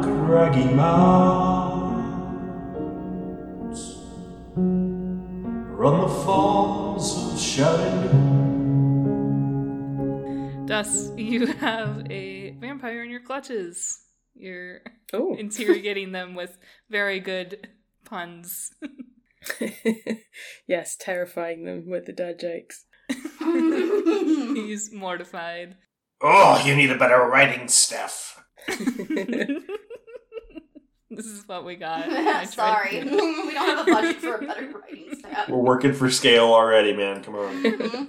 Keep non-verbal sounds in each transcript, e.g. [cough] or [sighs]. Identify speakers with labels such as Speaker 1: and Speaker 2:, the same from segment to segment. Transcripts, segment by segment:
Speaker 1: Rocky Mountains, or on the falls of Shenandoah.
Speaker 2: Thus, you [laughs] have a vampire in your clutches. You're
Speaker 3: Oh.
Speaker 2: interrogating them with very good puns.
Speaker 3: [laughs] yes, terrifying them with the dad jokes.
Speaker 4: [laughs]
Speaker 2: He's mortified. [laughs]
Speaker 1: Oh, you need a better writing staff.
Speaker 2: this is what we
Speaker 4: [laughs]
Speaker 2: got. I tried-
Speaker 4: Sorry. we don't have a budget for a better writing staff.
Speaker 1: We're working for scale already, man. Come on.
Speaker 4: Mhm.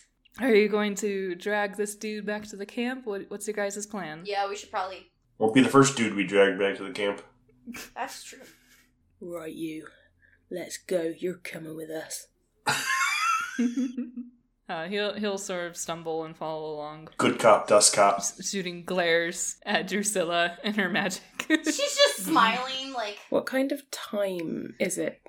Speaker 2: [laughs] Are you going to drag this dude back to the camp? What, what's your guys' plan?
Speaker 4: Yeah, we should probably.
Speaker 1: Won't be the first dude we drag back to the camp.
Speaker 4: That's true.
Speaker 3: Right, you. Let's go. You're coming with us.
Speaker 2: [laughs] uh, he'll he'll sort of stumble and follow along,
Speaker 1: Good cop, dust cop.
Speaker 2: s- shooting glares at Drusilla and her magic. [laughs]
Speaker 4: She's just smiling, like.
Speaker 3: What kind of time is it?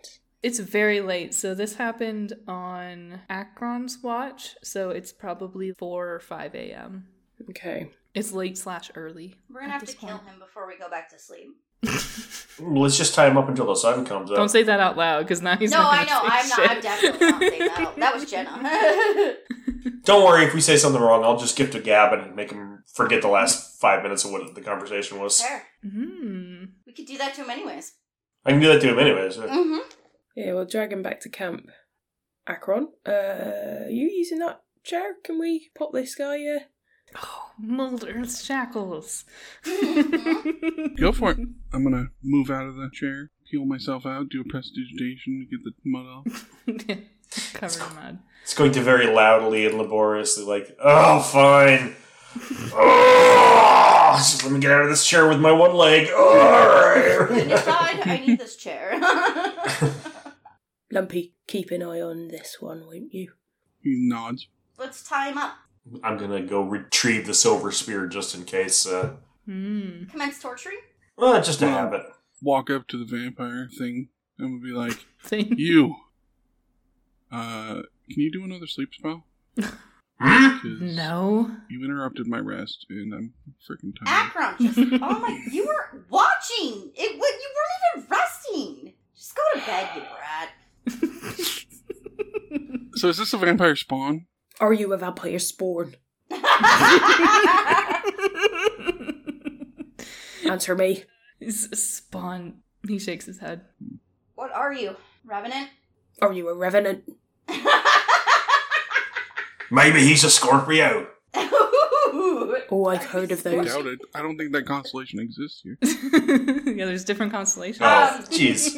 Speaker 2: It's very late, so this happened on Akron's watch, so it's probably 4 or 5 a.m.
Speaker 3: Okay.
Speaker 2: It's late slash early.
Speaker 4: We're gonna
Speaker 2: at
Speaker 4: have to
Speaker 2: this
Speaker 4: kill
Speaker 2: point.
Speaker 4: him before we go back to sleep.
Speaker 1: Let's just tie him up until the sun comes up.
Speaker 2: Don't say that out loud, because now he's
Speaker 4: no,
Speaker 2: not
Speaker 4: I
Speaker 2: gonna
Speaker 4: know. I'm
Speaker 2: say
Speaker 4: not. I'm
Speaker 2: shit.
Speaker 4: definitely not saying
Speaker 2: [laughs]
Speaker 4: that. That was Jenna. [laughs]
Speaker 1: Don't worry, if we say something wrong, I'll just give to Gavin and make him forget the last five minutes of what the conversation was.
Speaker 4: Fair.
Speaker 2: Hmm.
Speaker 4: We could do that to him anyways.
Speaker 1: I can do that to him anyways.
Speaker 4: hmm
Speaker 3: Yeah, we'll drag him back to camp. Akron, uh, you using that chair? Can we pop this guy? uh? Yeah.
Speaker 2: Oh, Mulder's shackles.
Speaker 4: Mm-hmm.
Speaker 5: Go for it. I'm gonna move out of the chair, peel myself out, do a prestidigitation to get the mud off.
Speaker 2: [laughs] Covered in mud.
Speaker 1: It's going to very loudly and laboriously, like, oh, fine. Oh, just let me get out of this chair with my one leg.
Speaker 4: Goodness,
Speaker 1: Alright.
Speaker 4: God, I need this chair. [laughs]
Speaker 3: Lumpy, keep an eye on this one, won't you?
Speaker 5: He nods.
Speaker 4: Let's tie him up.
Speaker 1: I'm gonna go retrieve the silver spear just in case. Uh,
Speaker 2: Hmm.
Speaker 4: Commence torturing.
Speaker 1: well, just to have it.
Speaker 5: Walk up to the vampire thing and would be like,
Speaker 2: Thing.
Speaker 5: "You, uh, can you do another sleep spell?
Speaker 1: Hmm?
Speaker 4: [laughs]
Speaker 5: 'Cause
Speaker 2: No. [laughs]
Speaker 5: You interrupted my rest, and I'm freaking tired.
Speaker 4: Akron, just oh my, you were watching. It wa- you weren't even resting. Just go to bed, you brat.
Speaker 5: So is this a vampire spawn?
Speaker 3: Are you a vampire spawn?
Speaker 2: [laughs]
Speaker 3: Answer me.
Speaker 2: He's spawn. He shakes his head. [laughs]
Speaker 4: what are you, revenant? [laughs]
Speaker 3: Are you a revenant?
Speaker 1: Maybe he's a Scorpio.
Speaker 3: Oh, I've heard of
Speaker 5: I
Speaker 3: those.
Speaker 5: doubt it. I don't think that constellation exists here.
Speaker 2: yeah, there's different constellations.
Speaker 1: Oh,
Speaker 2: [laughs]
Speaker 4: Um,
Speaker 1: jeez.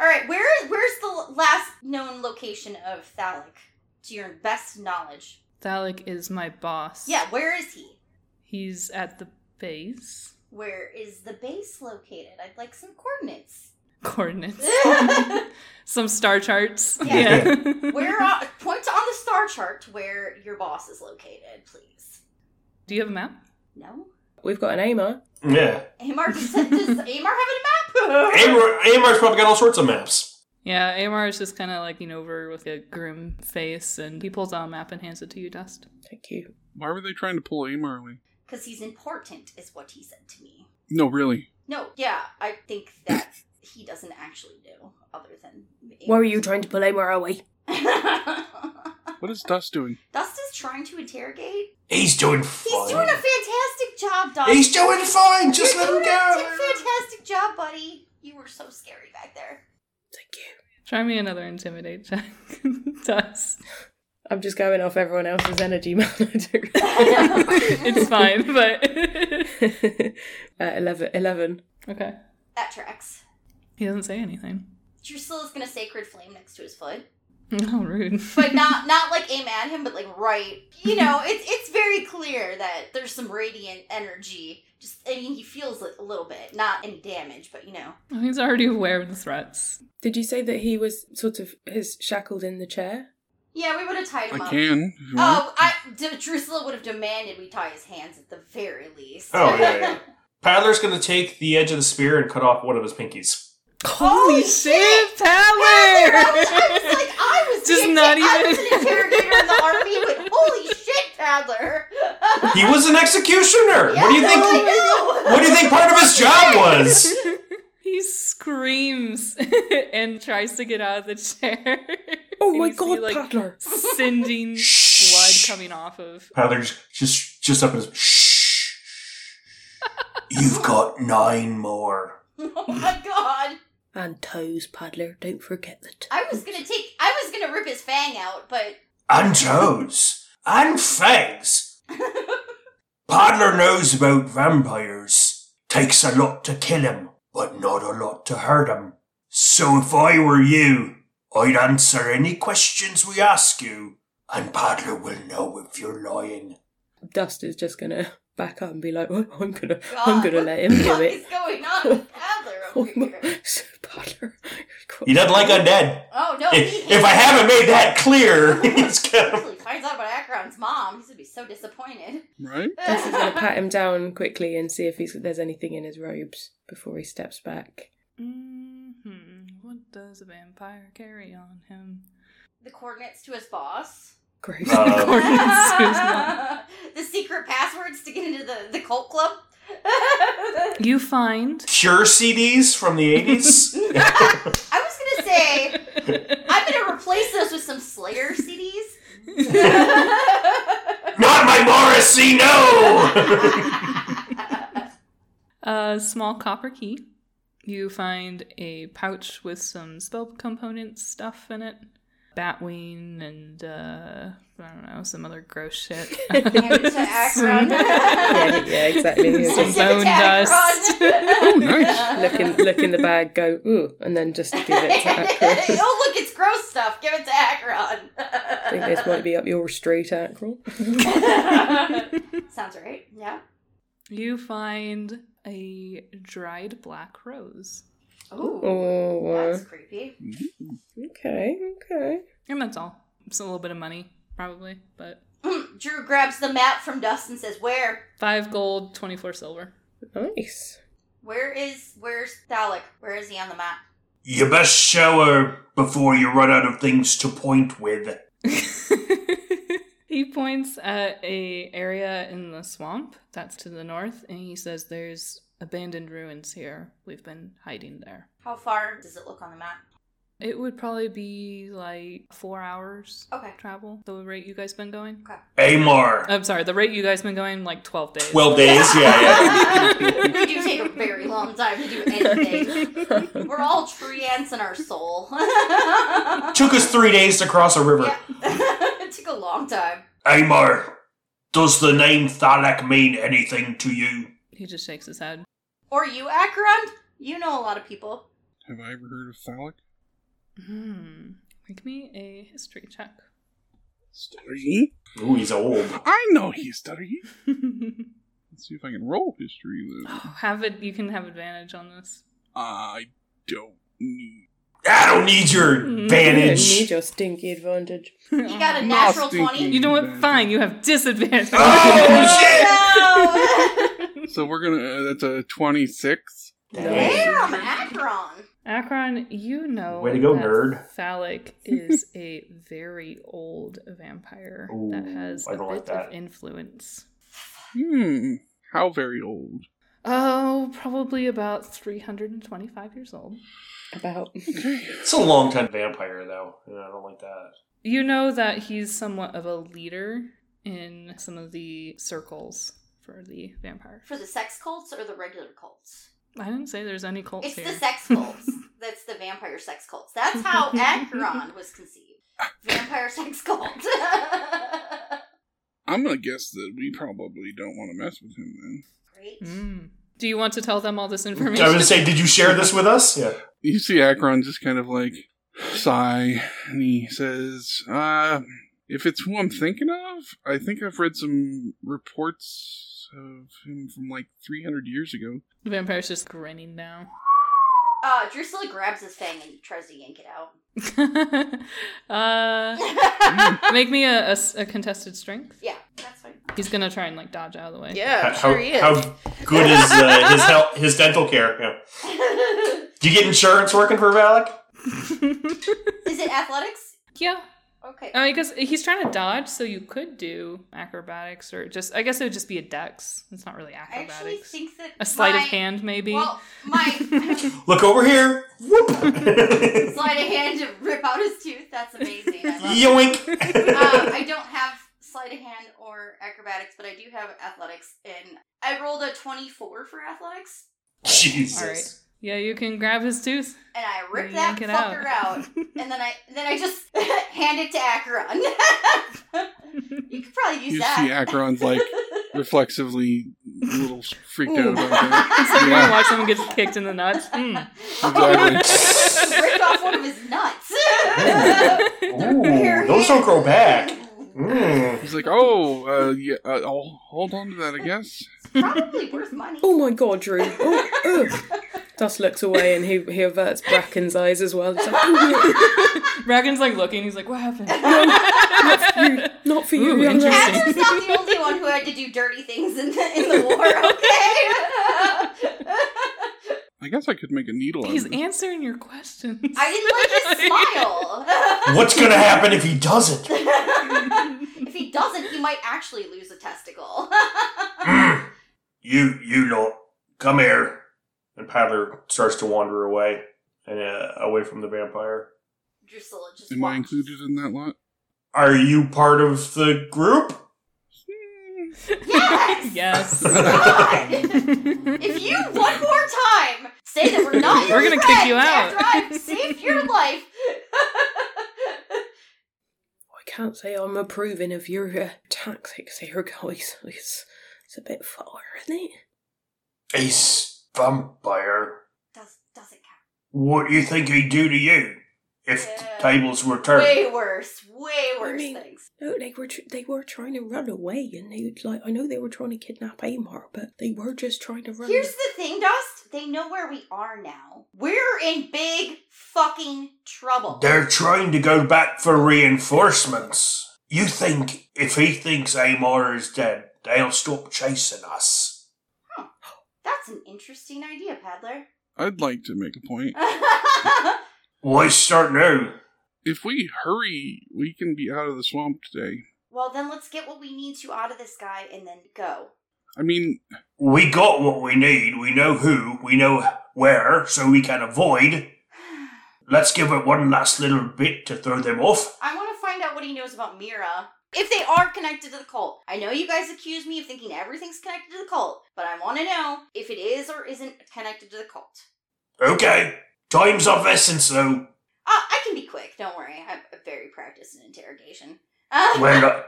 Speaker 4: All right, where is where's the last known location of Thalic, to your best knowledge?
Speaker 2: Thalik is my boss.
Speaker 4: Yeah, where is he?
Speaker 2: He's at the base.
Speaker 4: Where is the base located? I'd like some coordinates. [laughs]
Speaker 2: Coordinates. Some star charts.
Speaker 1: Yeah.
Speaker 4: where on, point on the star chart to where your boss is located, please.
Speaker 2: Do you have a map?
Speaker 4: No,
Speaker 3: We've got an aimer.
Speaker 1: Yeah.
Speaker 4: Amar does, does Amar have a map?
Speaker 1: Amar, Amar's probably got all sorts of maps.
Speaker 2: Yeah, Amar is just kind of like, you know, over with a grim face and he pulls out a map and hands it to you, Dust.
Speaker 3: Thank you.
Speaker 5: Why were they trying to pull aim early?
Speaker 4: Because he's important, is what he said to me.
Speaker 5: No, really.
Speaker 4: No, yeah, I think that he doesn't actually know, other than.
Speaker 3: Why are you trying to pull aimer away?
Speaker 5: What is Dust doing?
Speaker 4: [laughs] Dust is trying to interrogate.
Speaker 1: He's doing
Speaker 4: He's
Speaker 1: fine.
Speaker 4: doing a fantastic job, Dust.
Speaker 1: He's doing fine. Just
Speaker 4: You're
Speaker 1: let him
Speaker 4: doing a
Speaker 1: go.
Speaker 4: fantastic job, buddy. You were so scary back there.
Speaker 3: Thank you.
Speaker 2: Try me another intimidate check. [laughs] Dust.
Speaker 3: I'm just going off everyone else's energy, [laughs] man. I don't- [laughs]
Speaker 2: it's fine, but. [laughs]
Speaker 3: uh, 11, 11.
Speaker 2: okay.
Speaker 4: That tracks.
Speaker 2: He doesn't say anything. [laughs]
Speaker 4: Drusilla's gonna sacred flame next to his foot.
Speaker 2: How Oh, rude.
Speaker 4: but not not like aim at him, but like right. You know, it's it's very clear that there's some radiant energy. Just I mean, he feels it a little bit, not any damage, but you know,
Speaker 2: He's already aware of the threats.
Speaker 3: Did you say that he was sort of his shackled in the chair?
Speaker 4: yeah, we would have tied him
Speaker 5: I
Speaker 4: up.
Speaker 5: can. if you want.
Speaker 4: Oh, I D- Drusilla would have demanded we tie his hands at the very least.
Speaker 1: Oh, yeah, yeah. Paddler's gonna take the edge of the spear and cut off one of his
Speaker 4: [laughs]
Speaker 1: pinkies.
Speaker 4: Holy shit! [laughs]
Speaker 2: [laughs]
Speaker 4: I was, I was like, I was
Speaker 2: Just
Speaker 4: the-
Speaker 2: not
Speaker 4: I was
Speaker 2: even-
Speaker 4: an interrogator in the army, but holy shit, Paddler!
Speaker 1: He was an executioner. what do you
Speaker 4: Yes,
Speaker 1: think?
Speaker 4: I know.
Speaker 1: What do you think part of his
Speaker 4: [laughs]
Speaker 1: job was?
Speaker 2: he screams [laughs] and tries to get out of the chair.
Speaker 3: Oh
Speaker 2: And
Speaker 3: my
Speaker 2: you see,
Speaker 3: god,
Speaker 2: like,
Speaker 3: Paddler!
Speaker 2: [laughs] Sending blood
Speaker 1: Shh.
Speaker 2: coming off of.
Speaker 1: Paddler's just just up in his. Shh. You've got nine more.
Speaker 4: Oh my god.
Speaker 3: And toes, Paddler. Don't forget the toes.
Speaker 4: I was gonna take. I was gonna rip his fang out, but
Speaker 1: And toes. And fangs. Paddler knows about vampires. Takes a lot to kill him, but not a lot to hurt him. So if I were you, I'd answer any questions we ask you, and Paddler will know if you're lying.
Speaker 3: Dust is just gonna back up and be like, "Oh, I'm gonna,
Speaker 4: God,
Speaker 3: [laughs] I'm gonna let him
Speaker 4: what the fuck
Speaker 3: do
Speaker 4: is
Speaker 2: [laughs]
Speaker 3: it.
Speaker 4: going on with Adler
Speaker 3: Oh [laughs]
Speaker 4: over
Speaker 3: my,
Speaker 4: here?
Speaker 3: so Paddler.
Speaker 1: He doesn't like
Speaker 4: [laughs]
Speaker 1: undead.
Speaker 4: Oh no! he
Speaker 1: If,
Speaker 4: hates
Speaker 1: if I
Speaker 4: it.
Speaker 1: haven't made that [laughs]
Speaker 4: [laughs]
Speaker 1: clear, it's kind of-
Speaker 4: Actually, finds out about Akron's mom, he's gonna be so disappointed.
Speaker 5: Right?
Speaker 3: [laughs] Dust is
Speaker 4: [laughs]
Speaker 3: gonna pat him down quickly and see if he's, there's anything in his robes before he steps back.
Speaker 2: hmm What does a vampire carry on him?
Speaker 4: the coordinates to his
Speaker 3: [laughs]
Speaker 4: boss.
Speaker 3: Gross.
Speaker 1: Uh,
Speaker 2: Coordinates to his boss.
Speaker 4: [laughs] the secret passwords to get into the, the cult club. [laughs]
Speaker 2: You [laughs] find.
Speaker 1: [laughs] Cure CDs from the 80s.
Speaker 4: I was gonna say I'm gonna replace those with some Slayer CDs.
Speaker 1: Not my Morrissey, no! [laughs]
Speaker 3: [laughs]
Speaker 4: [laughs]
Speaker 2: A small copper key. You find a pouch with some spell components stuff in it. Batwing and uh I don't know, some other gross
Speaker 3: [laughs]
Speaker 2: shit.
Speaker 4: Hand it
Speaker 2: [laughs]
Speaker 4: to [laughs] Akron.
Speaker 2: yeah,
Speaker 3: yeah, exactly.
Speaker 2: Some
Speaker 4: Send it
Speaker 2: bone
Speaker 4: to Akron.
Speaker 2: dust.
Speaker 5: Oh, nice.
Speaker 3: look in, look in the bag, go ooh, and then just give it to
Speaker 4: [laughs]
Speaker 3: Akril.
Speaker 4: oh look, it's gross stuff. Give it to Akron.
Speaker 3: [laughs] I think this might be up your street, Akril.
Speaker 4: [laughs] Sounds right. Yeah.
Speaker 2: [laughs] you find a dried black rose.
Speaker 4: Ooh,
Speaker 3: Oh, wow.
Speaker 4: that's creepy.
Speaker 5: Mm-hmm.
Speaker 3: okay, okay.
Speaker 2: And that's all. It's a little bit of money, probably, but
Speaker 4: Mm, Drew grabs the map from Dust and says, "Where?
Speaker 2: five gold, twenty-four silver.
Speaker 3: Nice.
Speaker 4: Where is? Where's Dalek? Where is he on the map?"
Speaker 1: you best shower before you run out of things to point with.
Speaker 2: [laughs] he points at a area in the swamp that's to the north and he says there's abandoned ruins here we've been hiding there
Speaker 4: How far does it look on the map?
Speaker 2: it would probably be like four hours
Speaker 4: Okay.
Speaker 2: travel the rate you guys been going
Speaker 1: Amar.
Speaker 2: i'm sorry the rate you guys been going like 12 days
Speaker 1: 12 days, yeah, yeah.
Speaker 4: [laughs] we do take a very long time to do
Speaker 3: [laughs]
Speaker 4: anything. We're all tree ants in our soul. [laughs] yeah.
Speaker 1: Took us three days to cross a river.
Speaker 4: [laughs] it took a long time.
Speaker 1: Amar, does the name Thalak mean anything to you?
Speaker 2: he just shakes his head
Speaker 4: Or you, Akron? You know a lot of people.
Speaker 5: Have I ever heard of Thalak?
Speaker 2: hmm make me a history
Speaker 4: [laughs]
Speaker 2: check
Speaker 5: Study?
Speaker 1: Ooh, he's old.
Speaker 5: I know history. Let's see if I can roll history though.
Speaker 2: oh, have it you can have advantage on this
Speaker 5: I don't need.
Speaker 1: I don't need your
Speaker 2: Mm,
Speaker 3: You don't
Speaker 1: advantage.
Speaker 3: need your stinky advantage.
Speaker 4: You
Speaker 2: [laughs]
Speaker 4: got a
Speaker 5: No,
Speaker 4: natural
Speaker 5: stinky.
Speaker 4: 20?
Speaker 2: You know what? Fine, you have disadvantage. [laughs]
Speaker 1: Oh, shit!
Speaker 4: [laughs]
Speaker 5: So we're gonna. Uh, that's a twenty-six.
Speaker 4: Damn, Akron!
Speaker 2: Akron, you know
Speaker 1: Way to go,
Speaker 2: that
Speaker 1: nerd. [laughs]
Speaker 2: Phallic is a very old vampire that
Speaker 1: Ooh,
Speaker 2: has
Speaker 1: I
Speaker 2: a
Speaker 1: don't like
Speaker 2: bit
Speaker 1: that.
Speaker 2: of influence.
Speaker 5: Hmm. How very old?
Speaker 2: Oh, probably about 325 years old.
Speaker 3: About
Speaker 1: It's a long time vampire, though. Yeah, I don't like that.
Speaker 2: You know that he's somewhat of a leader in some of the circles for the vampire.
Speaker 4: For the sex cults or the regular cults?
Speaker 2: I didn't say there's any cults
Speaker 4: It's
Speaker 2: here.
Speaker 4: the sex
Speaker 2: [laughs]
Speaker 4: cults. That's the vampire sex cults. That's how Akron was conceived. Vampire sex cult. [laughs]
Speaker 5: I'm gonna guess that we probably don't want to mess with him then.
Speaker 4: Great.
Speaker 2: Mm. Do you want to tell them all this
Speaker 1: I was
Speaker 2: information?
Speaker 1: gonna say, did you share this with us? Yeah.
Speaker 5: You see Akron just kind of like sigh, and he says, "Uh, if it's who I'm thinking of, I think I've read some reports of him from like 300 years ago."
Speaker 2: the [laughs] vampire's just grinning now. [laughs]
Speaker 4: Uh, Drusilla grabs his fang and tries to yank it out.
Speaker 2: [laughs]
Speaker 4: [laughs]
Speaker 2: uh, make me a, a s- a contested strength.
Speaker 4: yeah, that's fine. [laughs]
Speaker 2: He's gonna try and like dodge out of the way.
Speaker 1: How-
Speaker 3: Oh,
Speaker 6: Yeah, sure he is.
Speaker 1: how, how good is uh, his health, his dental care? Yeah. Do you get insurance working for Valak?
Speaker 4: Is it athletics?
Speaker 2: [laughs] yeah.
Speaker 4: Okay.
Speaker 2: Oh, I guess he's trying to dodge, so you could do acrobatics or just. I guess it would just be a dex. It's not really
Speaker 4: I actually
Speaker 2: acrobatics.
Speaker 4: think that
Speaker 2: A sleight
Speaker 4: my-
Speaker 2: of hand, maybe.
Speaker 4: Well,
Speaker 2: [laughs]
Speaker 4: my
Speaker 1: Look over here. Whoop. [laughs]
Speaker 4: sleight of hand to rip out his tooth. That's amazing. I love it.
Speaker 1: Yoink.
Speaker 4: um, I don't have sleight of hand or acrobatics, but I do have athletics, and I rolled a twenty-four for athletics,
Speaker 1: [laughs] Jesus.
Speaker 2: All right. Yeah, you can grab his
Speaker 4: [laughs]
Speaker 2: tooth.
Speaker 4: and I ripped
Speaker 2: and
Speaker 4: that
Speaker 2: yank it
Speaker 4: fucker out. and then I then I just [laughs] hand it to Acheron. [laughs] you could probably use
Speaker 5: You
Speaker 4: that.
Speaker 5: see Acheron's like
Speaker 4: [laughs]
Speaker 5: reflexively a little freaked out
Speaker 2: Ooh.
Speaker 5: about that.
Speaker 2: so you're
Speaker 5: Yeah.
Speaker 2: gonna watch someone get kicked in the
Speaker 4: [laughs]
Speaker 2: nuts. Mm.
Speaker 5: Exactly. [laughs]
Speaker 4: Ripped off one of his nuts. [laughs]
Speaker 1: Ooh, those don't grow back. Mm.
Speaker 5: He's like, oh, uh, yeah, uh, I'll hold on to that, I guess.
Speaker 4: Probably worth money.
Speaker 3: Oh my god, Drew. Oh, ugh. Dust looks away and he, he averts Bracken's eyes as well. He's like, "Oh,
Speaker 2: Bracken's like looking. He's like, "What happened?"
Speaker 3: no, not for you,
Speaker 2: Ooh,
Speaker 3: young lady."
Speaker 2: interesting.
Speaker 4: Acheron's not the only one who had to do dirty things in the in the war. Okay.
Speaker 5: I guess I could make a needle. out
Speaker 2: He's
Speaker 5: of it.
Speaker 2: answering your questions.
Speaker 4: I
Speaker 1: What's gonna happen if he doesn't?
Speaker 4: [laughs] didn't like his smile.
Speaker 2: [laughs]
Speaker 4: if he doesn't, he might actually lose a testicle.
Speaker 1: Mm. You, you lot, come here. And Paddler starts to wander away and uh, away from the vampire.
Speaker 4: Drusilla just.
Speaker 5: Am
Speaker 4: watched.
Speaker 5: I included in that lot?
Speaker 1: Are you part of the group?
Speaker 5: Hmm,
Speaker 2: [laughs] yes. [laughs]
Speaker 4: Yes. God! If you one more time say that we're not, your
Speaker 2: We're gonna kick you out.
Speaker 4: friends After I've saved
Speaker 2: [laughs]
Speaker 4: your life. [laughs]
Speaker 3: I can't say I'm approving of your uh, tactics here, guys. [laughs] It's, it's a bit far, isn't it?
Speaker 1: Ace vampire.
Speaker 4: Does doesn't count.
Speaker 1: What do you think he'd do to you if
Speaker 4: Yeah.
Speaker 1: the tables were turned?
Speaker 4: Way worse. Way worse
Speaker 3: mean-
Speaker 4: things.
Speaker 3: No, they were tr- they were trying to run away, and they would like I know they were trying to kidnap Amar, but they were just trying to run.
Speaker 4: Here's the thing, Dust. They know where we are now. We're in big fucking trouble.
Speaker 1: They're trying to go back for reinforcements. You think if he thinks Amar is dead, they'll stop chasing us?
Speaker 4: That's an interesting idea, Paddler.
Speaker 5: I'd like to make a point.
Speaker 1: Why start now?
Speaker 5: If we hurry, we can be out of the swamp today.
Speaker 4: [laughs] well, then let's get what we need to out of this guy and then go. [sighs]
Speaker 5: I mean,
Speaker 1: We got what we need. We know who. We know where, so we can avoid. Let's give it one last little bit to throw them off.
Speaker 4: I want to find out what he knows about Mira. If they are connected to the cult. I know you guys accuse me of thinking everything's connected to the cult, but I want to know if it is or isn't connected to the cult.
Speaker 1: Okay, time's of essence, though.
Speaker 4: Uh, I can be quick, don't worry. I'm very practiced in interrogation. [laughs] Uh,
Speaker 1: Well,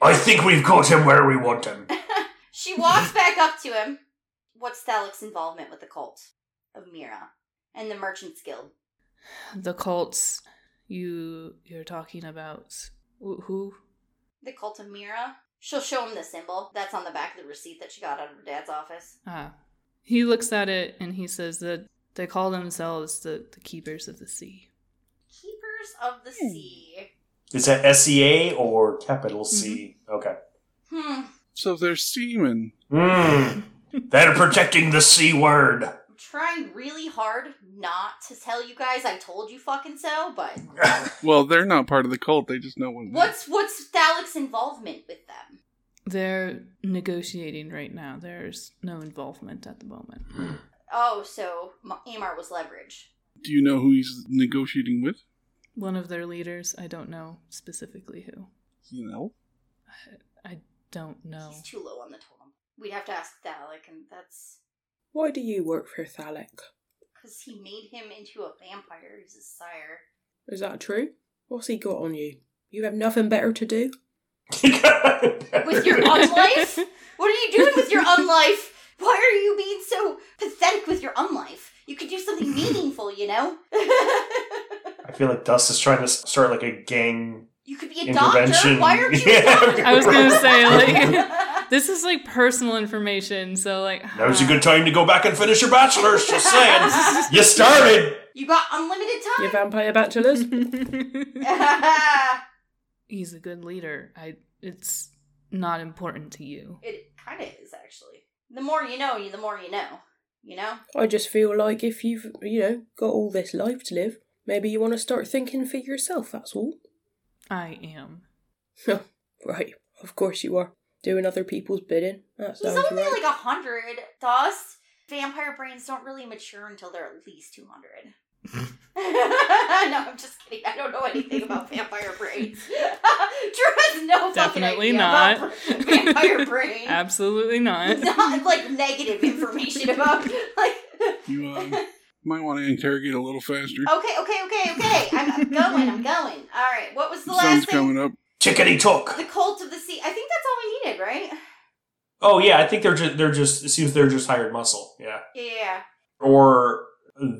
Speaker 1: I- I think we've got him where we want him.
Speaker 4: [laughs] she walks back up to him. What's Thalik's involvement with the cult of Mira and the Merchant's Guild?
Speaker 2: the cults you you're talking about. Wh- Who?
Speaker 4: The cult of Mira? She'll show him the symbol that's on the back of the receipt that she got out of her dad's office.
Speaker 2: Ah, he looks at it and he says that they call themselves the the keepers of the sea.
Speaker 4: Keepers of the Sea.
Speaker 1: Is that S E A or capital C? Mm-hmm. Okay.
Speaker 4: Hmm.
Speaker 5: so they're seamen.
Speaker 1: Mm. They're protecting the C word. [laughs]
Speaker 4: I'm trying really hard not to tell you guys I told you fucking so, but
Speaker 5: Well, they're not part of the cult. They just know what. it is.
Speaker 4: what's what's Thalik's involvement with them?
Speaker 2: They're negotiating right now. There's no involvement at the moment.
Speaker 4: Oh, so M- Amar was leverage.
Speaker 5: Do you know who he's negotiating with?
Speaker 2: One of their leaders, I don't know specifically who.
Speaker 5: You know.
Speaker 2: I don't know.
Speaker 4: He's too low on the totem. We'd have to ask Thalik, and that's
Speaker 3: Why do you work for Thalic?
Speaker 4: because he made him into a vampire. He's his
Speaker 1: [laughs]
Speaker 4: sire.
Speaker 3: Is that true? What's he got on you? You have nothing better to do.
Speaker 1: [laughs]
Speaker 4: With your unlife? What are you doing with your unlife? Why are you being so pathetic with your unlife? You could do something meaningful, you know. [laughs]
Speaker 1: I feel like Dust is trying to s- start like a gang.
Speaker 4: you could be a doctor.
Speaker 1: Intervention.
Speaker 4: Why aren't you? a
Speaker 1: Yeah.
Speaker 4: doctor?
Speaker 2: I was gonna say, like- This is like personal information, so like
Speaker 1: Now's a good time to go back and finish your bachelor's. Just saying,
Speaker 4: [laughs]
Speaker 1: you started.
Speaker 4: [laughs] You got unlimited
Speaker 3: You
Speaker 4: time.
Speaker 2: [laughs]
Speaker 3: vampire
Speaker 4: [laughs]
Speaker 3: bachelors.
Speaker 2: He's a good leader. I it's not important to you.
Speaker 4: it kind of is actually. The more you know, you the more you know. You know.
Speaker 3: I just feel like if you've you know got all [laughs] this life to live, maybe you want to start thinking for yourself. That's all.
Speaker 2: I am.
Speaker 3: Right, of course you are. Doing other people's bidding. That
Speaker 4: He's
Speaker 3: sounds
Speaker 4: only
Speaker 3: right.
Speaker 4: like a hundred. Thus, vampire brains don't really mature until they're at least two
Speaker 2: [laughs]
Speaker 4: hundred. [laughs] no, I'm just kidding. I don't know anything
Speaker 2: [laughs]
Speaker 4: about vampire brains. [laughs] Drew has no fucking
Speaker 2: Definitely
Speaker 4: idea
Speaker 2: not.
Speaker 4: about
Speaker 2: [laughs]
Speaker 4: vampire brain. [laughs]
Speaker 2: Absolutely not.
Speaker 4: not like negative information about [laughs] like.
Speaker 5: You um, might want to interrogate a little faster.
Speaker 4: [laughs] Okay, okay, okay, okay. I'm, I'm going. I'm going. All right. What was the
Speaker 5: Sun's
Speaker 4: last thing?
Speaker 5: coming up.
Speaker 7: Tickety tock.
Speaker 4: The cult of the sea. I think that's all we needed, right?
Speaker 1: Oh yeah, I think they're just they're just it seems they're just hired muscle. Yeah,
Speaker 4: Yeah.
Speaker 1: or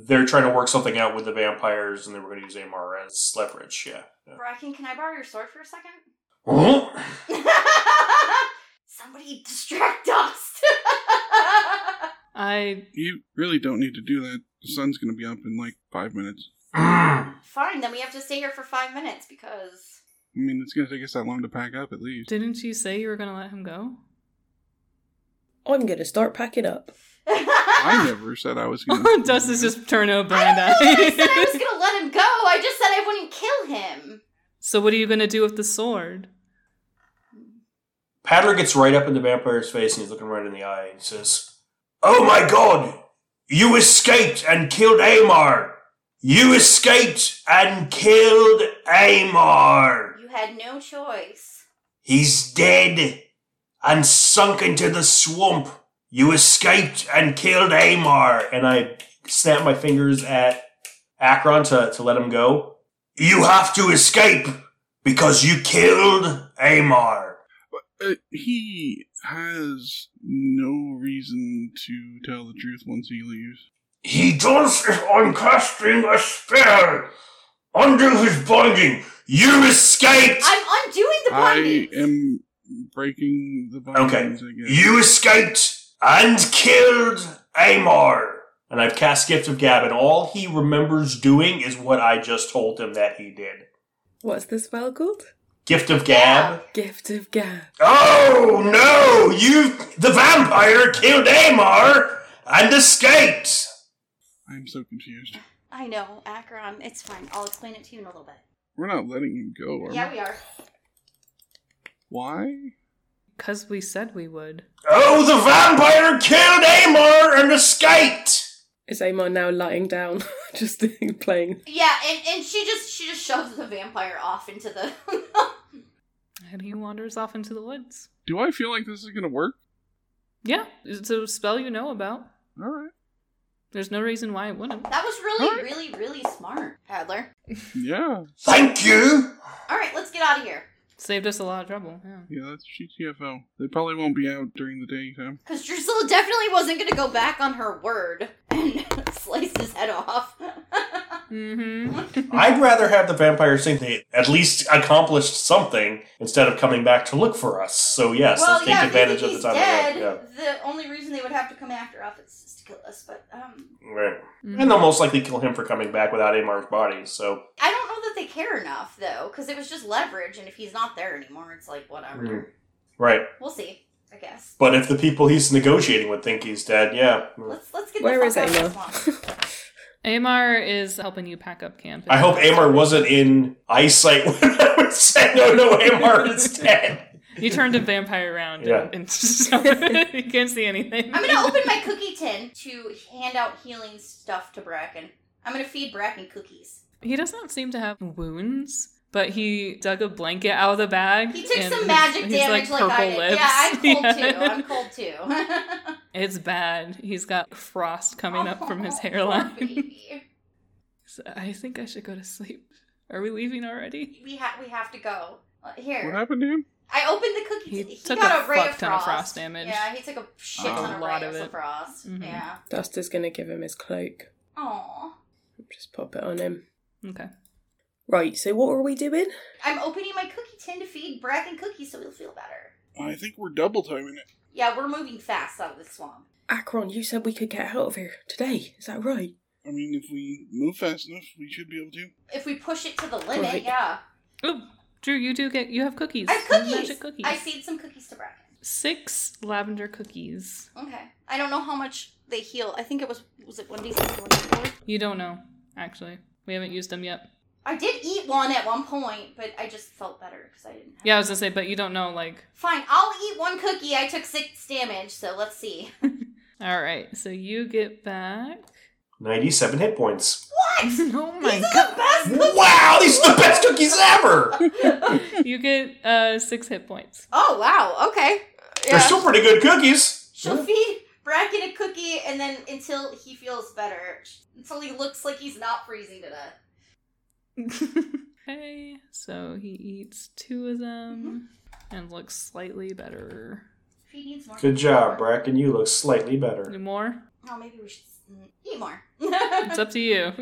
Speaker 1: they're trying to work something out with the vampires, and they were going to use Amar as leverage. Yeah. yeah.
Speaker 4: Bracken, can I borrow your sword for a second?
Speaker 7: Huh?
Speaker 4: [laughs] Somebody distract us. [laughs]
Speaker 2: I
Speaker 5: You really don't need to do that. The sun's going to be up in like five minutes.
Speaker 7: Mm.
Speaker 4: Fine, then we have to stay here for five minutes because. [laughs]
Speaker 5: I mean, it's going to take us that long to pack up
Speaker 2: [laughs]
Speaker 5: at least.
Speaker 2: didn't you say you were gonna let him go?
Speaker 3: I'm gonna start packing up.
Speaker 5: I
Speaker 4: I
Speaker 5: never said I was going to.
Speaker 2: [laughs] Dust is just turning a
Speaker 4: don't
Speaker 2: blind
Speaker 4: know that I said I
Speaker 2: eye.
Speaker 4: was
Speaker 5: [laughs]
Speaker 4: gonna let him go. I just said I wouldn't kill him.
Speaker 2: [laughs] so what are you gonna do with the sword?
Speaker 1: Paddler gets right up in the vampire's face, and he's looking right in the eye, and says,
Speaker 7: Oh my god! You escaped and killed Amar! You escaped and killed Amar!
Speaker 4: You had no choice.
Speaker 7: He's dead and sunk into the swamp. You escaped and killed Amar.
Speaker 1: and I snap my fingers at Akron to, to let him go.
Speaker 7: You have to escape because you killed Amar.
Speaker 5: Uh, he has no reason to tell the truth once he leaves.
Speaker 7: He does it on casting a spell. Undo his binding. You escaped.
Speaker 4: I'm undoing the
Speaker 5: I
Speaker 4: binding.
Speaker 5: am breaking the
Speaker 7: Okay.
Speaker 5: bindings, I guess.
Speaker 7: You escaped and killed Amar.
Speaker 1: And I've cast Gift of Gab, and all he remembers doing is what I just told him that he did.
Speaker 3: What's the spell called?
Speaker 1: Gift of Gab.
Speaker 3: Gift of Gab.
Speaker 7: Oh no! You, the vampire, killed Amar and escaped.
Speaker 5: I'm so confused.
Speaker 4: I know, Acheron. It's fine. I'll explain it to you in a little bit.
Speaker 5: We're not letting him go, are
Speaker 4: Yeah,
Speaker 5: we?
Speaker 4: we are.
Speaker 5: Why?
Speaker 2: Because we said we would.
Speaker 7: Oh, the vampire killed Amar and escaped.
Speaker 3: Is Amon now lying down, [laughs] just playing?
Speaker 4: Yeah, and, and she just she just shoves the vampire off into the. [laughs]
Speaker 2: And he wanders off into the woods.
Speaker 5: Do I feel like this is going to work?
Speaker 2: Yeah, it's a spell you know about.
Speaker 5: All right.
Speaker 2: There's no reason why it wouldn't.
Speaker 4: that was really,
Speaker 5: Alright.
Speaker 4: really, really smart, Adler.
Speaker 5: Yeah.
Speaker 7: Thank you.
Speaker 4: All right, let's get out of here.
Speaker 2: Saved us a lot of trouble. Yeah.
Speaker 5: Yeah, that's GTFO. They probably won't be out during the daytime.
Speaker 4: Because Drusilla definitely wasn't going to go back on her word and [laughs] slice his head off.
Speaker 2: Mm-hmm.
Speaker 1: I'd rather have the vampires think they at least accomplished something instead of coming back to look for us. So yes,
Speaker 4: well,
Speaker 1: let's take
Speaker 4: yeah,
Speaker 1: advantage
Speaker 4: because
Speaker 1: of the
Speaker 4: he's
Speaker 1: time.
Speaker 4: dead.
Speaker 1: Away. Yeah.
Speaker 4: The only reason they would have to come after us is to kill us. But um,
Speaker 1: Right.
Speaker 2: Mm-hmm.
Speaker 1: And they'll most likely kill him for coming back without Amar's body. So
Speaker 4: I don't know that they care enough, though, because it was just leverage, and if he's not there anymore, it's like, whatever.
Speaker 1: Mm. right.
Speaker 4: We'll see, I guess.
Speaker 1: But if the people he's negotiating with think he's dead, yeah.
Speaker 4: Let's, let's get
Speaker 3: Where
Speaker 4: the
Speaker 3: is
Speaker 4: fuck out
Speaker 3: Amon? [laughs]
Speaker 4: of this swamp.
Speaker 2: Amar is helping you pack up camp.
Speaker 1: I hope Amar wasn't in eyesight [laughs] when I was saying, "No, no, Amar is dead."
Speaker 2: You turned a vampire around
Speaker 1: Yeah.
Speaker 2: and, [laughs] and you can't see anything.
Speaker 4: I'm gonna open my cookie tin to hand out healing stuff to Bracken. I'm gonna feed Bracken cookies.
Speaker 2: He does not seem to have wounds, but he dug a blanket out of the bag.
Speaker 4: He took
Speaker 2: and
Speaker 4: some magic
Speaker 2: he's,
Speaker 4: damage like, I did.
Speaker 2: purple lips.
Speaker 4: Yeah,
Speaker 2: [laughs]
Speaker 4: I'm cold
Speaker 2: Yeah.
Speaker 4: too. I'm
Speaker 2: [laughs]
Speaker 4: cold too.
Speaker 2: It's bad. He's got frost [laughs] coming up from his
Speaker 4: [laughs] Oh, poor
Speaker 2: hairline.
Speaker 4: baby.
Speaker 2: [laughs] so I think I should go to sleep. Are we leaving already?
Speaker 4: we have we have to go. Uh,
Speaker 5: What
Speaker 4: Here,
Speaker 5: happened to him?
Speaker 4: I opened the cookie.
Speaker 2: He
Speaker 4: tin.
Speaker 2: took
Speaker 4: got
Speaker 2: a
Speaker 4: ray
Speaker 2: fuck
Speaker 4: of
Speaker 2: ton of
Speaker 4: frost.
Speaker 2: frost damage.
Speaker 4: Yeah, he took a shit
Speaker 5: Oh.
Speaker 4: ton of
Speaker 2: A lot
Speaker 4: ray
Speaker 2: of
Speaker 4: of
Speaker 2: it.
Speaker 4: frost.
Speaker 2: Mhm.
Speaker 4: Yeah.
Speaker 3: Dust is gonna give him his cloak.
Speaker 4: Oh.
Speaker 3: Just pop it on him.
Speaker 2: Okay.
Speaker 3: Right. So what are we doing?
Speaker 4: I'm opening my cookie tin to feed Bracken cookies so he'll feel better.
Speaker 5: I think we're double timing it.
Speaker 4: Yeah, we're moving fast out of the swamp.
Speaker 3: Akron, you said we could get out of here today. Is that right?
Speaker 5: I mean, if we move fast enough, we should be able to.
Speaker 4: If we push it to the limit,
Speaker 3: Right.
Speaker 4: yeah.
Speaker 2: Ooh, Drew, you do get you have cookies.
Speaker 4: I have cookies.
Speaker 2: Magic cookies.
Speaker 4: I feed some cookies to Bracken.
Speaker 2: six lavender cookies.
Speaker 4: Okay. I don't know how much they heal. I think it was was it one d six or one d four.
Speaker 2: You don't know, actually. We haven't used them yet.
Speaker 4: I did eat one at one point, but I just felt better because I didn't. Have
Speaker 2: Yeah, I was gonna say, but you don't know, like,
Speaker 4: Fine, I'll eat one cookie. I took six damage, so let's see.
Speaker 2: all right, so you get
Speaker 4: [laughs]
Speaker 2: back.
Speaker 1: 97 hit points.
Speaker 2: [laughs]
Speaker 4: What?
Speaker 2: oh
Speaker 4: These
Speaker 2: my
Speaker 4: are the best cookies.
Speaker 1: Wow, these are the best cookies ever!
Speaker 2: god, you get uh six hit points.
Speaker 4: [laughs] Oh wow. Okay. Yeah.
Speaker 1: They're still pretty good cookies.
Speaker 4: She'll feed Bracken a cookie, and then until he feels better, until he looks like he's not freezing to death. [laughs]
Speaker 2: okay, so he eats two of them and looks slightly better.
Speaker 4: If he needs more.
Speaker 1: Good job, Bracken. You look slightly better.
Speaker 2: Any more?
Speaker 4: Oh, maybe we should mm, eat more. [laughs]
Speaker 2: It's up to you. [laughs]
Speaker 4: I'm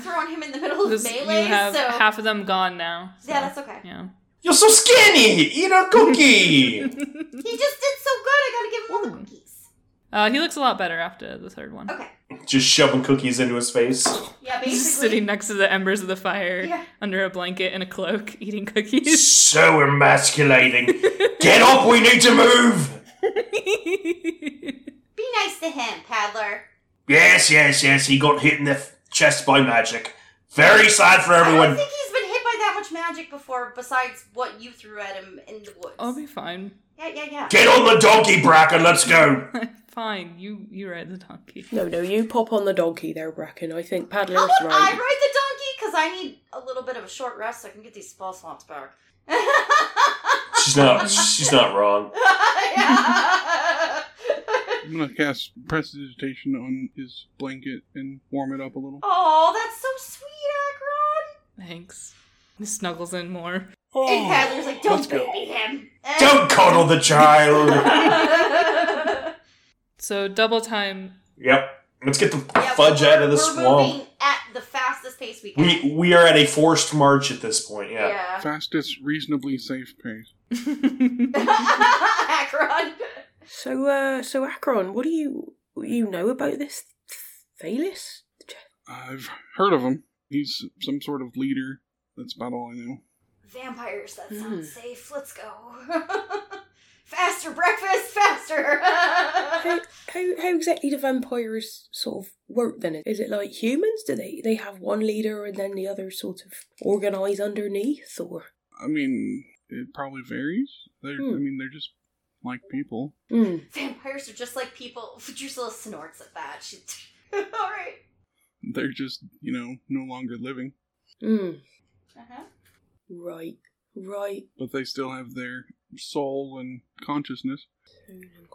Speaker 4: throwing him in the middle of
Speaker 2: Just-
Speaker 4: melee,
Speaker 2: you have
Speaker 4: so
Speaker 2: half of them gone now. so,
Speaker 4: yeah, that's okay.
Speaker 2: yeah.
Speaker 1: You're so skinny! Eat a cookie!
Speaker 4: He just did so good. I gotta give him all the cookies.
Speaker 2: [laughs] uh, he looks a lot better after the third one.
Speaker 4: Okay.
Speaker 1: [laughs] Just shoving cookies into his face.
Speaker 4: Yeah, basically.
Speaker 2: [laughs] Just sitting next to the embers of the fire,
Speaker 4: Yeah.
Speaker 2: under a blanket and a cloak, [laughs] eating cookies.
Speaker 1: so emasculating. [laughs] Get up, we need to move!
Speaker 4: Be nice to him, paddler.
Speaker 1: Yes, yes, yes, he got hit in the f- chest by magic. Very sad for
Speaker 4: I don't
Speaker 1: everyone.
Speaker 4: think he's been hit by that much magic before, besides what you threw at him in the woods.
Speaker 2: [laughs] I'll be fine. [laughs]
Speaker 4: yeah, yeah, yeah.
Speaker 1: Get on the donkey, Bracken, let's go!
Speaker 2: fine. You you ride the donkey.
Speaker 3: No, no, you pop on the donkey there, Bracken. I think
Speaker 4: How
Speaker 3: Paddler's
Speaker 4: about I
Speaker 3: right.
Speaker 4: ride the donkey? Because I need a little bit of a short rest so I can get these spell slots back. [laughs]
Speaker 1: She's not, she's not wrong.
Speaker 4: Yeah.
Speaker 5: I'm gonna cast prestidigitation on his blanket and warm it up a little.
Speaker 4: oh, that's so sweet,
Speaker 2: Thanks. He snuggles in more.
Speaker 4: Akron.
Speaker 1: Oh.
Speaker 4: and Paddler's like,
Speaker 5: let's
Speaker 4: don't
Speaker 5: go.
Speaker 4: baby him. And-
Speaker 1: Don't
Speaker 4: [laughs]
Speaker 1: coddle the child!
Speaker 2: So double time. [laughs]
Speaker 1: yep, let's get the
Speaker 4: Yeah,
Speaker 1: fudge
Speaker 4: we're-
Speaker 1: out of the
Speaker 4: we're
Speaker 1: swamp.
Speaker 4: Moving at the fastest pace we can.
Speaker 1: We, we are at a forced march at this point, yeah.
Speaker 4: yeah.
Speaker 5: Fastest, reasonably safe pace.
Speaker 4: [laughs]
Speaker 2: Mm-hmm.
Speaker 4: Akron.
Speaker 3: So, uh, so Akron, what do you you know about this Thalis?
Speaker 5: I've heard of him. He's some sort of leader. That's about all I know.
Speaker 4: Vampires, that
Speaker 3: Mm.
Speaker 4: sounds safe. Let's go. [laughs] faster breakfast, faster.
Speaker 3: How, how how exactly do vampires sort of work then? Is it like humans? Do they they have one leader and then the others sort of organize underneath, or
Speaker 5: I mean, it probably varies. They're, I
Speaker 3: Hmm.
Speaker 5: mean, they're just like people.
Speaker 3: Hmm.
Speaker 4: Vampires are just like people. Drusilla snorts at that. She, [laughs] all right.
Speaker 5: They're just, you know, no longer living,
Speaker 3: Hmm.
Speaker 4: Uh-huh.
Speaker 3: Right, right.
Speaker 5: but they still have their soul and consciousness.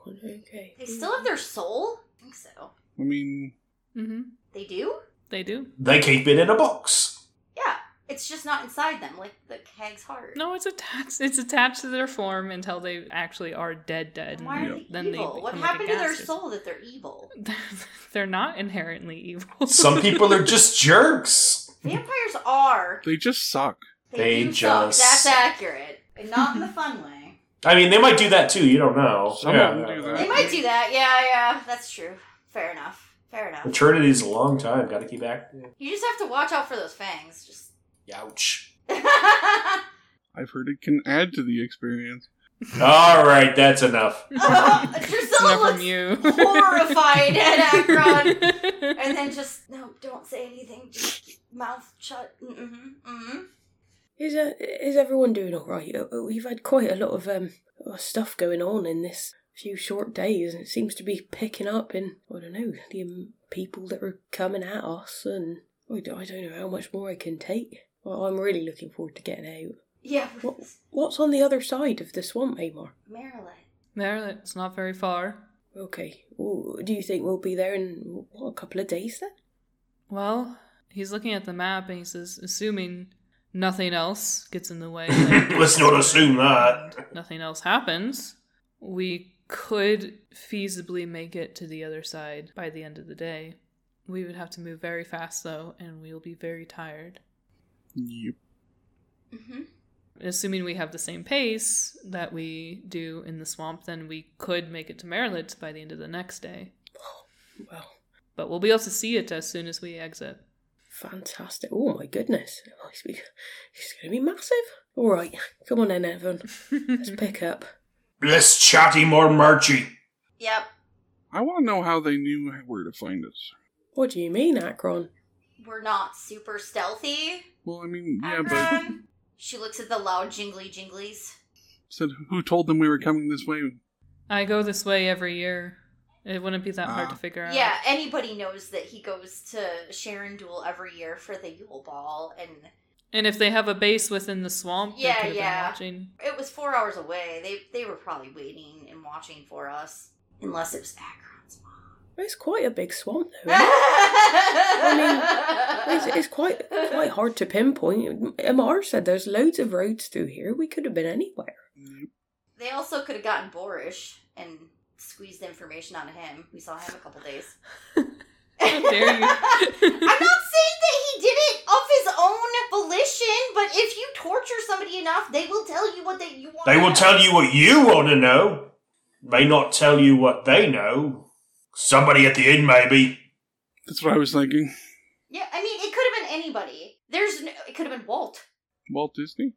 Speaker 3: Okay.
Speaker 4: They still have their soul. I think so.
Speaker 5: I mean,
Speaker 2: hmm
Speaker 4: They do.
Speaker 2: They do.
Speaker 1: They keep it in a box.
Speaker 4: Yeah. It's just not inside them, like the keg's heart.
Speaker 2: No, it's attached. It's attached to their form until they actually are dead. Dead.
Speaker 4: Then Why are
Speaker 5: Yeah.
Speaker 4: they
Speaker 2: Then they
Speaker 4: evil? what
Speaker 2: become like a
Speaker 4: happened to their
Speaker 2: gas station.
Speaker 4: soul that they're evil?
Speaker 2: [laughs] They're not inherently evil. [laughs]
Speaker 1: Some
Speaker 4: [laughs]
Speaker 1: people are just jerks.
Speaker 4: Vampires are.
Speaker 5: they just suck.
Speaker 4: They,
Speaker 1: They
Speaker 4: do suck.
Speaker 1: just-
Speaker 4: That's accurate, and not in the fun way.
Speaker 1: I mean, they might do that too, you don't know.
Speaker 5: Some of them do that.
Speaker 4: They might do that. Yeah, yeah. That's true. Fair enough. Fair enough.
Speaker 1: Eternity's a long time. Gotta keep active.
Speaker 4: You just have to watch out for those fangs. Just. [laughs]
Speaker 1: Ouch.
Speaker 5: I've heard it can add to the experience.
Speaker 1: All right, that's enough.
Speaker 2: It's
Speaker 4: Drusilla
Speaker 2: not
Speaker 4: looks
Speaker 2: from you.
Speaker 4: horrified
Speaker 2: [laughs]
Speaker 4: at Akron. And then just no, don't say anything. Just keep mouth shut. Mm-hmm. Mm-hmm.
Speaker 3: Is uh, is everyone doing all right? Uh, uh, We've had quite a lot of um uh, stuff going on in this few short days, and it seems to be picking up in I don't know the um, people that are coming at us, and I don't, I don't know how much more I can take. Well, I'm really looking forward to getting out.
Speaker 4: Yeah.
Speaker 3: What what's on the other side of the swamp, Amar?
Speaker 4: Marilyn.
Speaker 2: There, it's not very far.
Speaker 3: Okay. Well, do you think we'll be there in what a couple of days then?
Speaker 2: Well, he's looking at the map and he says, assuming nothing else gets in
Speaker 1: [laughs]
Speaker 2: the way. like-
Speaker 1: Let's not assume that.
Speaker 2: Nothing else happens. We could feasibly make it to the other side by the end of the day. We would have to move very fast though, and we'll be very tired.
Speaker 5: Yep.
Speaker 4: Mm-hmm.
Speaker 2: Assuming we have the same pace that we do in the swamp, then we could make it to Marilitz by the end of the next day.
Speaker 3: Well,
Speaker 2: But we'll be able to see it as soon as we exit. [laughs]
Speaker 3: Fantastic. Oh my goodness. It's going to be massive. All right. Come on then, Evan. Let's pick up.
Speaker 1: Less chatty, more marchy.
Speaker 4: Yep.
Speaker 5: I want to know how they knew where to find us.
Speaker 3: What do you mean, Akron?
Speaker 4: We're not super stealthy.
Speaker 5: Well, I mean, yeah, but
Speaker 4: Um, she looks at the loud jingly jinglies.
Speaker 5: said who told them we were coming this way?
Speaker 2: I go this way every year. It wouldn't be that hard
Speaker 5: Ah.
Speaker 2: to figure out.
Speaker 4: Yeah, anybody knows that he goes to Sharon Duel every year for the Yule Ball, and
Speaker 2: And if they have a base within the swamp,
Speaker 4: Yeah,
Speaker 2: they could have
Speaker 4: yeah.
Speaker 2: been
Speaker 4: [laughs]
Speaker 2: watching.
Speaker 4: it was four hours away. They they were probably waiting and watching for us, unless it was Akron's mom.
Speaker 3: It's quite a big swamp, though. isn't it?
Speaker 4: I
Speaker 3: It's, it's quite quite hard to pinpoint. Amar said there's loads of roads through here. We could have been anywhere.
Speaker 4: [laughs] They also could have gotten Borish and squeezed information out of him. We saw him a couple days.
Speaker 2: How dare you?
Speaker 4: [laughs] I'm not saying that he did it of his own volition, but if you torture somebody enough, they will tell you what they you want.
Speaker 1: They
Speaker 4: to
Speaker 1: will
Speaker 4: know.
Speaker 1: tell you what you want to know. May not tell you what they know. Somebody at the inn, maybe.
Speaker 5: That's what I was thinking.
Speaker 4: Yeah, I mean, it could have been anybody. There's no, it could have been Walt.
Speaker 5: Walt Disney.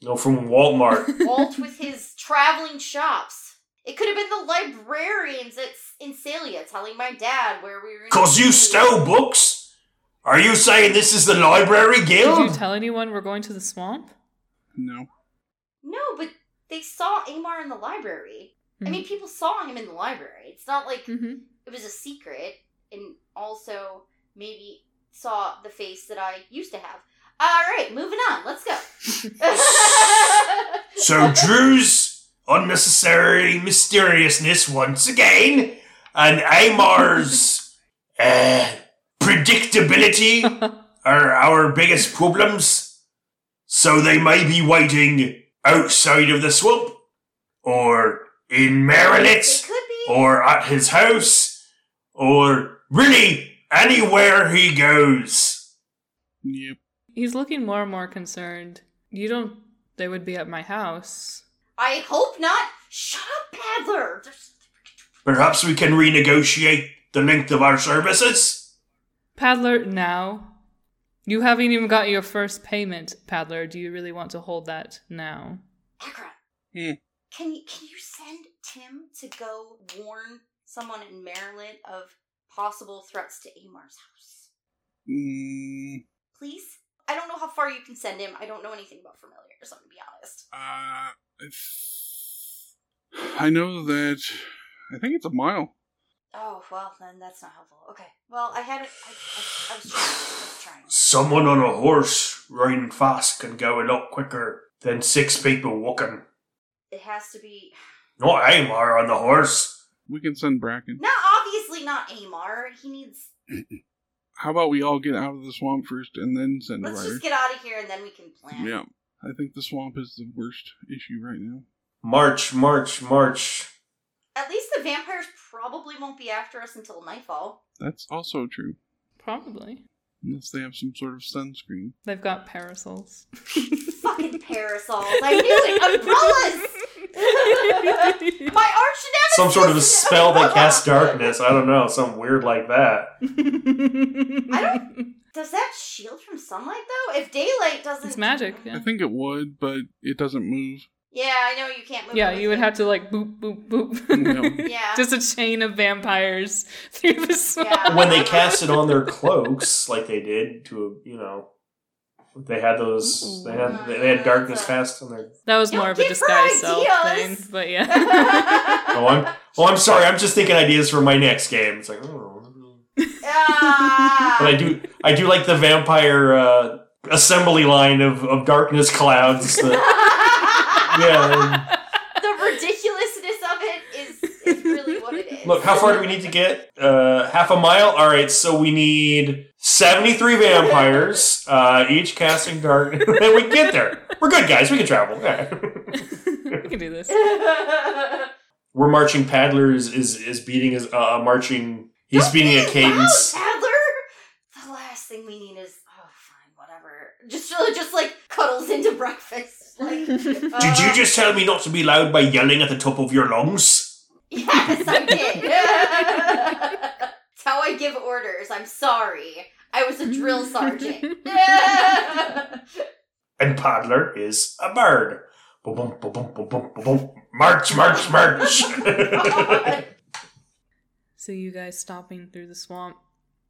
Speaker 1: No, from Walmart.
Speaker 4: Walt with his traveling shops. It could have been the librarians at S- in Celia telling my dad where we were. gonna
Speaker 1: Cause you
Speaker 4: be.
Speaker 1: stole books? Are you saying this is the library
Speaker 2: Did you
Speaker 1: guild?
Speaker 2: tell anyone we're going to the swamp?
Speaker 5: No.
Speaker 4: No, but they saw Amar in the library. I
Speaker 2: Mhm.
Speaker 4: mean, people saw him in the library. It's not like
Speaker 2: Mm-hmm.
Speaker 4: it was a secret and also maybe saw the face that I used to have. All right, moving on.
Speaker 1: [laughs]
Speaker 4: Let's go.
Speaker 1: so Drew's unnecessary mysteriousness once again, and Amar's uh, predictability are our biggest problems. So they may be waiting outside of the swamp, or in Merrillet.
Speaker 4: it could be.
Speaker 1: or at his house, or really anywhere he goes.
Speaker 5: Yep.
Speaker 2: [laughs] He's looking more and more concerned. You don't. They would be at my house.
Speaker 4: I hope not. Shut up, Paddler. Just-
Speaker 1: Perhaps we can renegotiate the length of our services.
Speaker 2: Paddler, now. You haven't even got your first payment, Paddler. Do you really want to hold that now?
Speaker 4: Akron.
Speaker 5: Hmm.
Speaker 4: Can you can you send Tim to go warn someone in Maryland of possible threats to Amar's house?
Speaker 5: Mm,
Speaker 4: Please? I don't know how far you can send him. I don't know anything about familiars, I'm gonna be honest.
Speaker 5: uh, it's- I know that. I think it's a mile.
Speaker 4: Oh well, then that's not helpful. Okay. Well, I had it. I, I, I was trying. I was trying.
Speaker 1: Someone on a horse riding fast can go a lot quicker than six people walking.
Speaker 4: It has to be.
Speaker 1: Not Amar on the horse.
Speaker 5: We can send Bracken.
Speaker 4: Not obviously not Amar. He needs.
Speaker 5: How about we all get out of the swamp first and then send a
Speaker 4: Let's
Speaker 5: rider?
Speaker 4: just get out of here and then we can plan.
Speaker 5: Yeah. I think the swamp is the worst issue right now.
Speaker 1: March, march, march.
Speaker 4: At least the vampires probably won't be after us until nightfall.
Speaker 5: That's also true.
Speaker 2: Probably.
Speaker 5: Unless they have some sort of sunscreen.
Speaker 2: They've got parasols. [laughs]
Speaker 4: Fucking parasols! I knew it.
Speaker 1: [laughs]
Speaker 4: Umbrellas. My arch nemesis.
Speaker 1: Some sort of a spell that casts darkness. I don't know, something weird like that.
Speaker 4: I Does that shield from sunlight though? If daylight doesn't.
Speaker 2: It's magic, yeah.
Speaker 5: I think it would, but it doesn't move.
Speaker 4: Yeah, I know you can't move.
Speaker 2: Yeah,
Speaker 4: away
Speaker 2: you would
Speaker 4: from-
Speaker 2: have
Speaker 4: [laughs]
Speaker 2: to like boop, boop,
Speaker 5: No.
Speaker 2: boop.
Speaker 4: Yeah.
Speaker 2: [laughs] Just a chain of vampires through the swamp.
Speaker 4: Yeah.
Speaker 1: When they cast it on their cloaks, like they did to, you know, they had those, they had,
Speaker 4: Mm-hmm.
Speaker 1: they had darkness cast on their
Speaker 2: That was
Speaker 4: Don't
Speaker 2: more of a
Speaker 4: give her
Speaker 2: disguise self thing,
Speaker 4: ideas.
Speaker 2: but yeah. [laughs]
Speaker 1: Oh, I'm, oh, I'm sorry. I'm just thinking ideas for my next game. It's like, oh.
Speaker 4: Ah.
Speaker 1: but I do, I do like the vampire uh, assembly line of, of darkness clouds. that- yeah.
Speaker 4: the ridiculousness of it is, is really what it is.
Speaker 1: Look, how
Speaker 4: [laughs]
Speaker 1: far do we need to get? Uh, half a mile. All right. So we need seventy-three vampires, uh, each casting dark. [laughs] then we get there. We're good, guys. We can travel. Okay.
Speaker 2: we can do
Speaker 4: [laughs]
Speaker 2: this.
Speaker 1: [laughs] We're marching. Paddler is is, is beating his uh, marching. He's
Speaker 4: Don't
Speaker 1: beating
Speaker 4: be
Speaker 1: a
Speaker 4: loud,
Speaker 1: cadence.
Speaker 4: Adler. The last thing we need is oh, fine, whatever. Just just like cuddles into breakfast. Like,
Speaker 1: Did you
Speaker 4: uh,
Speaker 1: just tell me not to be loud by yelling at the top of your lungs?
Speaker 4: Yes,
Speaker 3: [laughs]
Speaker 4: I did. That's how I give orders. I'm sorry. I was a
Speaker 3: [laughs]
Speaker 4: drill sergeant. [laughs]
Speaker 1: and Paddler is a bird. Boom, boom, boom, boom, boom, boom, boom, boom. March, march, march.
Speaker 2: So you guys stopping through the swamp,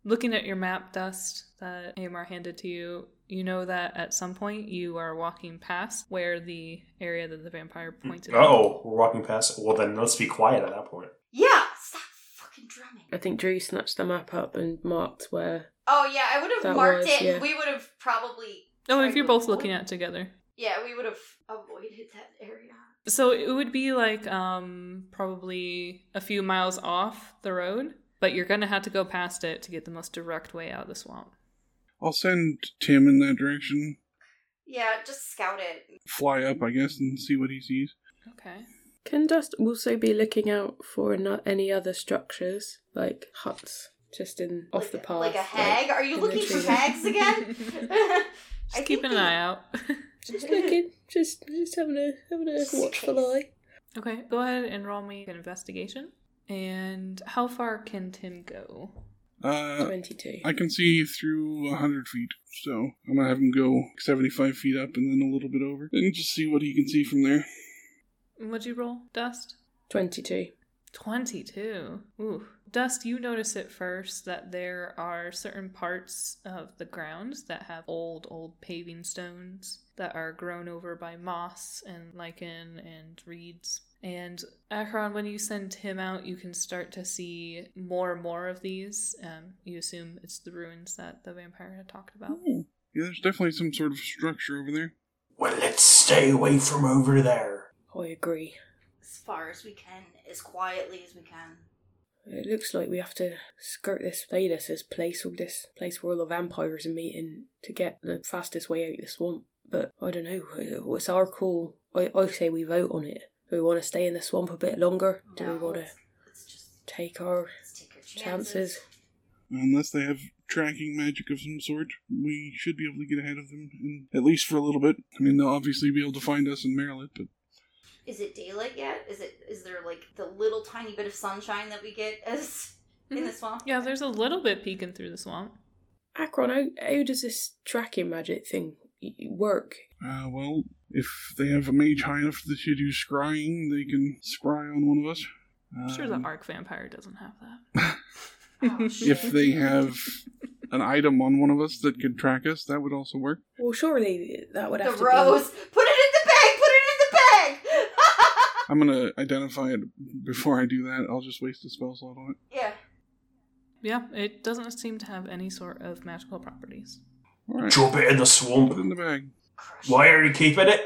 Speaker 2: looking at your map dust that Amar handed to you, You know that at some point you are walking past where the area that the vampire pointed out.
Speaker 1: Oh, we're walking past. Well, then let's be quiet at that point.
Speaker 4: Yeah, stop fucking drumming.
Speaker 3: I think Drew snatched the map up and marked where.
Speaker 4: Oh yeah, I would have
Speaker 3: That
Speaker 4: marked
Speaker 3: was-
Speaker 4: it.
Speaker 3: yeah.
Speaker 4: We would have probably.
Speaker 2: Oh,
Speaker 4: tried
Speaker 2: if you're
Speaker 4: to
Speaker 2: both
Speaker 4: avoid-
Speaker 2: looking at it together.
Speaker 4: Yeah, we would have avoided that area.
Speaker 2: So it would be like um probably a few miles off the road, but you're gonna have to go past it to get the most direct way out of the swamp.
Speaker 5: I'll send Tim in that direction.
Speaker 4: Yeah, just scout it.
Speaker 5: Fly up, I guess, and see what he sees.
Speaker 2: Okay.
Speaker 3: Can Dust also be looking out for no- any other structures, like huts, just in off
Speaker 4: Like-
Speaker 3: the path?
Speaker 4: Like a hag? Are you
Speaker 3: in the
Speaker 4: looking for
Speaker 3: trees. [laughs]
Speaker 4: hags again? [laughs]
Speaker 2: Just keeping an eye out. [laughs]
Speaker 3: Just looking, just just having a having a
Speaker 4: Just in
Speaker 3: watchful
Speaker 4: case.
Speaker 3: eye.
Speaker 2: okay, go ahead and roll me an investigation. And how far can Tim go?
Speaker 5: Uh,
Speaker 3: Twenty-two.
Speaker 5: I can see through a 100 feet, so I'm gonna have him go 75 feet up and then a little bit over, and just see what he can see from there.
Speaker 2: Would you roll, Dust?
Speaker 3: Twenty-two.
Speaker 2: 22. Ooh. Dust, you notice it first that there are certain parts of the ground that have old, old paving stones that are grown over by moss and lichen and reeds. And Akron, when you send him out, you can start to see more and more of these. Um, you assume it's the ruins that the vampire had talked about.
Speaker 5: Oh, yeah, there's definitely some sort of structure over there.
Speaker 7: Well, let's stay away from over there.
Speaker 3: I agree.
Speaker 4: As far as we can, as quietly as we can.
Speaker 3: It looks like we have to skirt this Thalus's place or this place where all the vampires are meeting to get the fastest way out of the swamp. But I don't know. uh, It's our call. I, I say we vote on it. Do we want to stay in the swamp a bit longer? Do we
Speaker 4: No,
Speaker 3: want to
Speaker 4: let's- Let's just
Speaker 3: take our
Speaker 4: let's take our chances.
Speaker 3: chances?
Speaker 5: Unless they have tracking magic of some sort, we should be able to get ahead of them, and at least for a little bit. I mean, they'll obviously be able to find us in Maryland, but
Speaker 4: Is it daylight yet? Is it? Is there like the little tiny bit of sunshine that we get as [laughs] in
Speaker 3: Mm-hmm.
Speaker 4: the swamp?
Speaker 2: Yeah, there's a little bit peeking through the swamp.
Speaker 3: Akron, how, how does this tracking magic thing y- y- work?
Speaker 5: Uh, well, if they have a mage high enough that you do scrying, they can scry on one of us.
Speaker 2: I'm sure the
Speaker 5: Um,
Speaker 2: Arc Vampire doesn't have that.
Speaker 4: Oh,
Speaker 5: If
Speaker 4: shit.
Speaker 5: they have an item on one of us that could track us, that would also work.
Speaker 3: Well, surely that would
Speaker 4: the
Speaker 3: have to
Speaker 4: rose. Put it in the bag. [laughs] Put it in the bag.
Speaker 5: I'm gonna identify it before I do that. I'll just waste a spell slot on it.
Speaker 4: yeah.
Speaker 2: yeah, it doesn't seem to have any sort of magical properties.
Speaker 5: All right,
Speaker 1: Drop it in the
Speaker 5: put it
Speaker 1: swamp.
Speaker 5: in the bag.
Speaker 4: Crush.
Speaker 1: Why are you keeping it?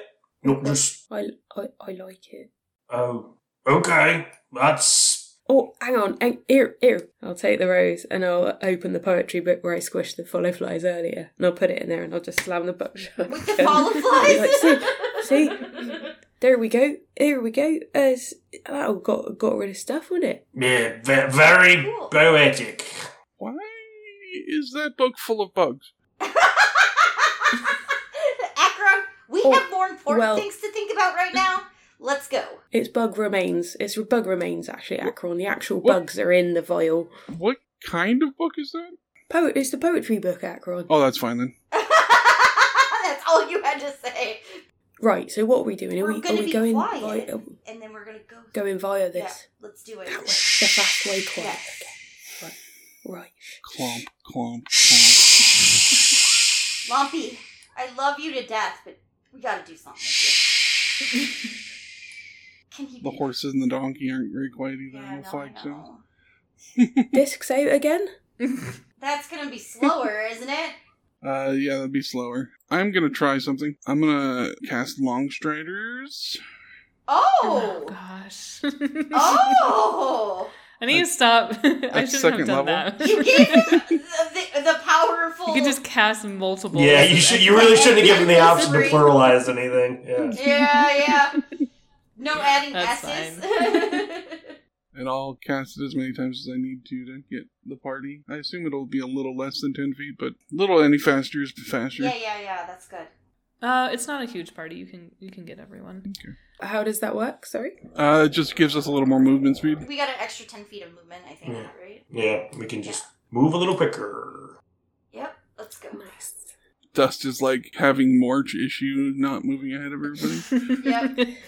Speaker 1: Not just.
Speaker 3: I, I, I like it.
Speaker 1: Oh, okay. That's.
Speaker 3: Oh, hang on, hang, here, here. I'll take the rose and I'll open the poetry book where I squished the follow flies earlier, and I'll put it in there and I'll just slam the book shut.
Speaker 4: With the
Speaker 3: again. [laughs]
Speaker 4: fall of flies.
Speaker 3: Like, see, see,
Speaker 2: [laughs]
Speaker 3: there we go, here we go. As that got got rid of stuff, wouldn't it?
Speaker 1: Yeah, ve- very
Speaker 4: Cool.
Speaker 1: poetic.
Speaker 5: Why is that book full of bugs?
Speaker 4: [laughs] Akron, we
Speaker 3: Oh,
Speaker 4: have more important
Speaker 3: well-
Speaker 4: things to think about right now. Let's go. [laughs]
Speaker 3: It's bug remains. It's bug remains actually, Akron. The actual
Speaker 5: What?
Speaker 3: bugs are in the vial.
Speaker 5: What kind of book is that?
Speaker 3: Poet, it's the poetry book, Akron.
Speaker 5: Oh, that's fine then.
Speaker 4: That's all you had to say.
Speaker 3: Right. So what are we doing? Are
Speaker 4: We're
Speaker 3: we are
Speaker 4: gonna
Speaker 3: we
Speaker 4: be
Speaker 3: going
Speaker 4: quiet.
Speaker 3: via,
Speaker 4: And then we're gonna go.
Speaker 3: going via
Speaker 4: Yeah,
Speaker 3: this?
Speaker 4: let's do it.
Speaker 3: That was the fast way quiet.
Speaker 4: Yes.
Speaker 3: Okay. Right. Right.
Speaker 4: [laughs]
Speaker 5: Clomp, clomp, clomp.
Speaker 4: Lumpy, I love you to death, but we gotta do something with you. Can he?
Speaker 5: The
Speaker 4: be-
Speaker 5: horses and the donkey aren't very quiet either.
Speaker 4: Yeah,
Speaker 5: on the
Speaker 4: no, I
Speaker 5: flagstone.
Speaker 4: know.
Speaker 3: Disc say it again.
Speaker 4: That's gonna be slower, isn't it?
Speaker 5: Uh, yeah, that'd be slower. I'm gonna try something. I'm gonna cast Longstriders.
Speaker 2: Oh,
Speaker 4: Oh.
Speaker 2: gosh.
Speaker 4: Oh!
Speaker 2: I need to stop. [laughs] I
Speaker 5: That's
Speaker 2: shouldn't have
Speaker 5: second
Speaker 2: done
Speaker 5: level.
Speaker 2: that. [laughs]
Speaker 4: You gave the, the, the powerful.
Speaker 2: You can just cast multiple.
Speaker 1: Yeah, you should. You really
Speaker 2: [laughs]
Speaker 1: shouldn't have given the option to
Speaker 4: Three.
Speaker 1: pluralize anything.
Speaker 4: Hmm.
Speaker 1: Yeah.
Speaker 4: [laughs] Yeah, yeah. No adding
Speaker 2: That's
Speaker 4: S's. [laughs]
Speaker 5: And I'll cast it as many times as I need to to get the party. I assume it'll be a little less than 10 feet, but little any faster is faster.
Speaker 4: yeah, yeah, yeah. That's good.
Speaker 1: e-
Speaker 2: Uh, it's not a huge party. You can you can get everyone.
Speaker 5: Okay.
Speaker 3: How does that work? Sorry.
Speaker 5: Uh, it just gives us a little more movement speed.
Speaker 4: We got an extra ten feet of movement. I think,
Speaker 1: Yeah.
Speaker 4: right?
Speaker 1: Yeah, we can just move a little quicker.
Speaker 4: Yep. Let's go.
Speaker 3: Nice.
Speaker 5: Dust is like having March issue, not moving ahead of everybody.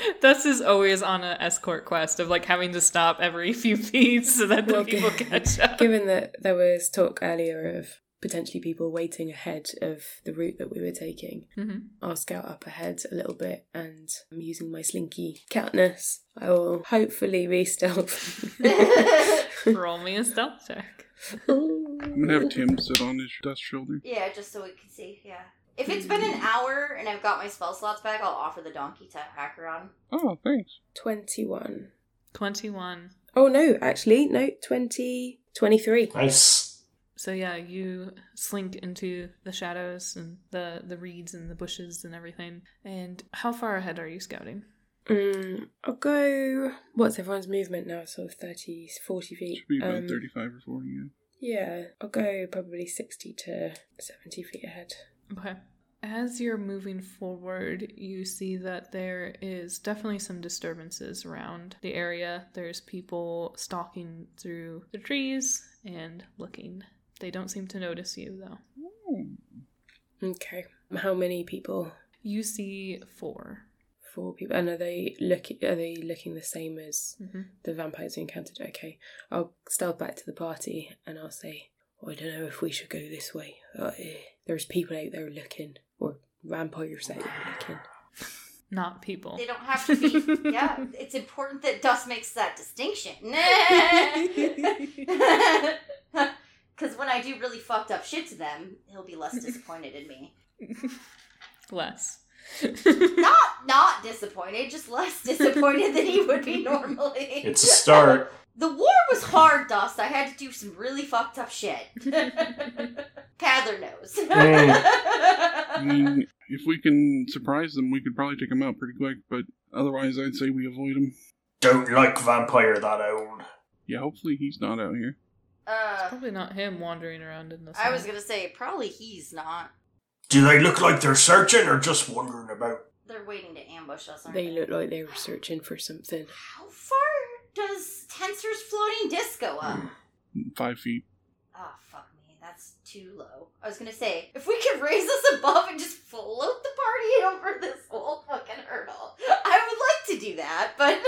Speaker 2: [laughs] Thus is always on an escort quest of like having to stop every few feet so that the
Speaker 3: Well,
Speaker 2: people
Speaker 3: gi-
Speaker 2: catch up.
Speaker 3: Given that there was talk earlier of potentially people waiting ahead of the route that we were taking,
Speaker 2: hmm
Speaker 3: I'll scout up ahead a little bit and I'm using my slinky catness. I will hopefully be
Speaker 4: [laughs]
Speaker 3: stealth.
Speaker 2: Roll me a stealth check.
Speaker 5: I'm gonna have
Speaker 3: [laughs]
Speaker 5: Tim sit on his dust shoulder.
Speaker 4: Yeah, just so we can see. Yeah. If it's
Speaker 1: [laughs]
Speaker 4: been an hour and I've got my spell slots back, I'll offer the donkey to Acheron.
Speaker 5: Oh, thanks.
Speaker 3: 21.
Speaker 2: 21.
Speaker 3: Oh no, actually, no, 20, 23.
Speaker 1: Nice.
Speaker 2: So yeah, you slink into the shadows and the the reeds and the bushes and everything. And how far ahead are you scouting?
Speaker 3: Mm, I'll go. What's everyone's movement now? Sort of 30, 40 feet.
Speaker 5: Should be about
Speaker 3: Um,
Speaker 5: 35 or 40. Yeah.
Speaker 3: Yeah, I'll go probably 60 to 70 feet ahead.
Speaker 2: Okay. As you're moving forward, you see that there is definitely some disturbances around the area. There's people stalking through the trees and looking. They don't seem to notice you though.
Speaker 5: Ooh.
Speaker 3: Okay. How many people?
Speaker 2: You see four.
Speaker 3: Four people. And are they looking? Are they looking the same as
Speaker 2: Mm-hmm.
Speaker 3: the vampires we encountered? Okay. I'll stealth back to the party and I'll say, oh, I don't know if we should go this way. Uh, eh, there's people out there looking, or vampires out there looking.
Speaker 2: Not
Speaker 1: Oh.
Speaker 2: people.
Speaker 4: They don't have to
Speaker 1: [laughs]
Speaker 4: be. yeah, it's important that Dust makes that distinction. [laughs]
Speaker 3: [laughs]
Speaker 4: Because when I do really fucked up shit to them, he'll be less disappointed
Speaker 1: [laughs]
Speaker 4: in me.
Speaker 2: [laughs] Less. [laughs]
Speaker 4: Not not disappointed, just less disappointed than he
Speaker 1: [laughs]
Speaker 4: would be normally.
Speaker 1: It's a start.
Speaker 4: [laughs] The war was hard, Dust. I had to do some really fucked
Speaker 1: [laughs]
Speaker 4: up shit. [laughs] Padler knows.
Speaker 1: Mm.
Speaker 4: [laughs]
Speaker 5: I mean, if we can surprise them, we could probably take them out pretty quick, but otherwise, I'd say we avoid them.
Speaker 7: Don't like vampire that old.
Speaker 5: Yeah, hopefully he's not out here.
Speaker 4: uh,
Speaker 2: Probably not him wandering around in the
Speaker 4: I was
Speaker 2: sun.
Speaker 4: gonna say probably he's not.
Speaker 7: Do they look like they're searching or just wandering about?
Speaker 4: They're waiting to ambush us. Aren't they,
Speaker 3: They look like they were searching for something.
Speaker 4: How far does Tensor's floating disc go up?
Speaker 5: Hmm. Five feet.
Speaker 4: Ah, fuck me. That's too low. I was gonna say, if we could raise us above and just float the party over this whole fucking hurdle, I would like to do that, but.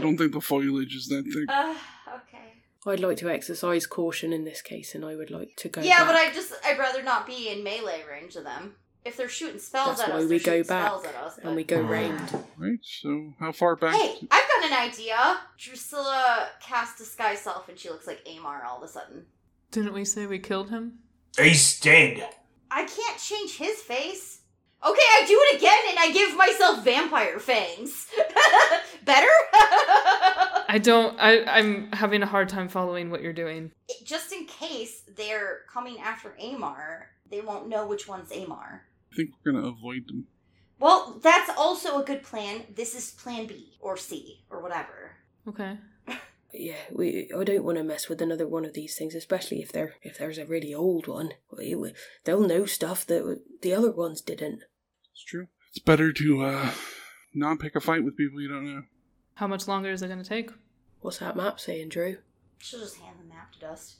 Speaker 4: [laughs]
Speaker 5: don't think the foliage is that thick.
Speaker 4: Uh, okay.
Speaker 3: I'd like to exercise caution in this case, and I would like to go.
Speaker 4: yeah,
Speaker 3: back.
Speaker 4: but I just. I'd rather not be in melee range of them. If they're shooting spells
Speaker 3: That's
Speaker 4: at
Speaker 3: why
Speaker 4: us,
Speaker 3: we
Speaker 4: they're
Speaker 3: go
Speaker 4: shooting
Speaker 3: back
Speaker 4: spells at us.
Speaker 3: and we
Speaker 4: but-
Speaker 3: go ranged.
Speaker 5: Right, so how far back?
Speaker 4: Hey, I've got an idea. Drusilla cast disguise self and she looks like Amar all of a sudden.
Speaker 2: Didn't we say we killed him?
Speaker 7: He's dead.
Speaker 4: I can't change his face. Okay, I do it again and I give myself vampire fangs. [laughs] Better? [laughs]
Speaker 2: I don't. I, I'm having a hard time following what you're doing.
Speaker 4: Just in case they're coming after Amar, they won't know which one's Amar.
Speaker 5: I think we're gonna avoid them.
Speaker 4: Well, that's also a good plan. This is plan B or C or whatever.
Speaker 2: Okay.
Speaker 3: Yeah, we. I don't want to mess with another one of these things, especially if there if there's a really old one. We- we- they'll know stuff that w- the other ones didn't.
Speaker 5: It's true. It's better to uh not pick a fight with people you don't know.
Speaker 2: How much longer is it going to take?
Speaker 3: What's that map saying, Drew?
Speaker 4: She'll just hand the map to Dust.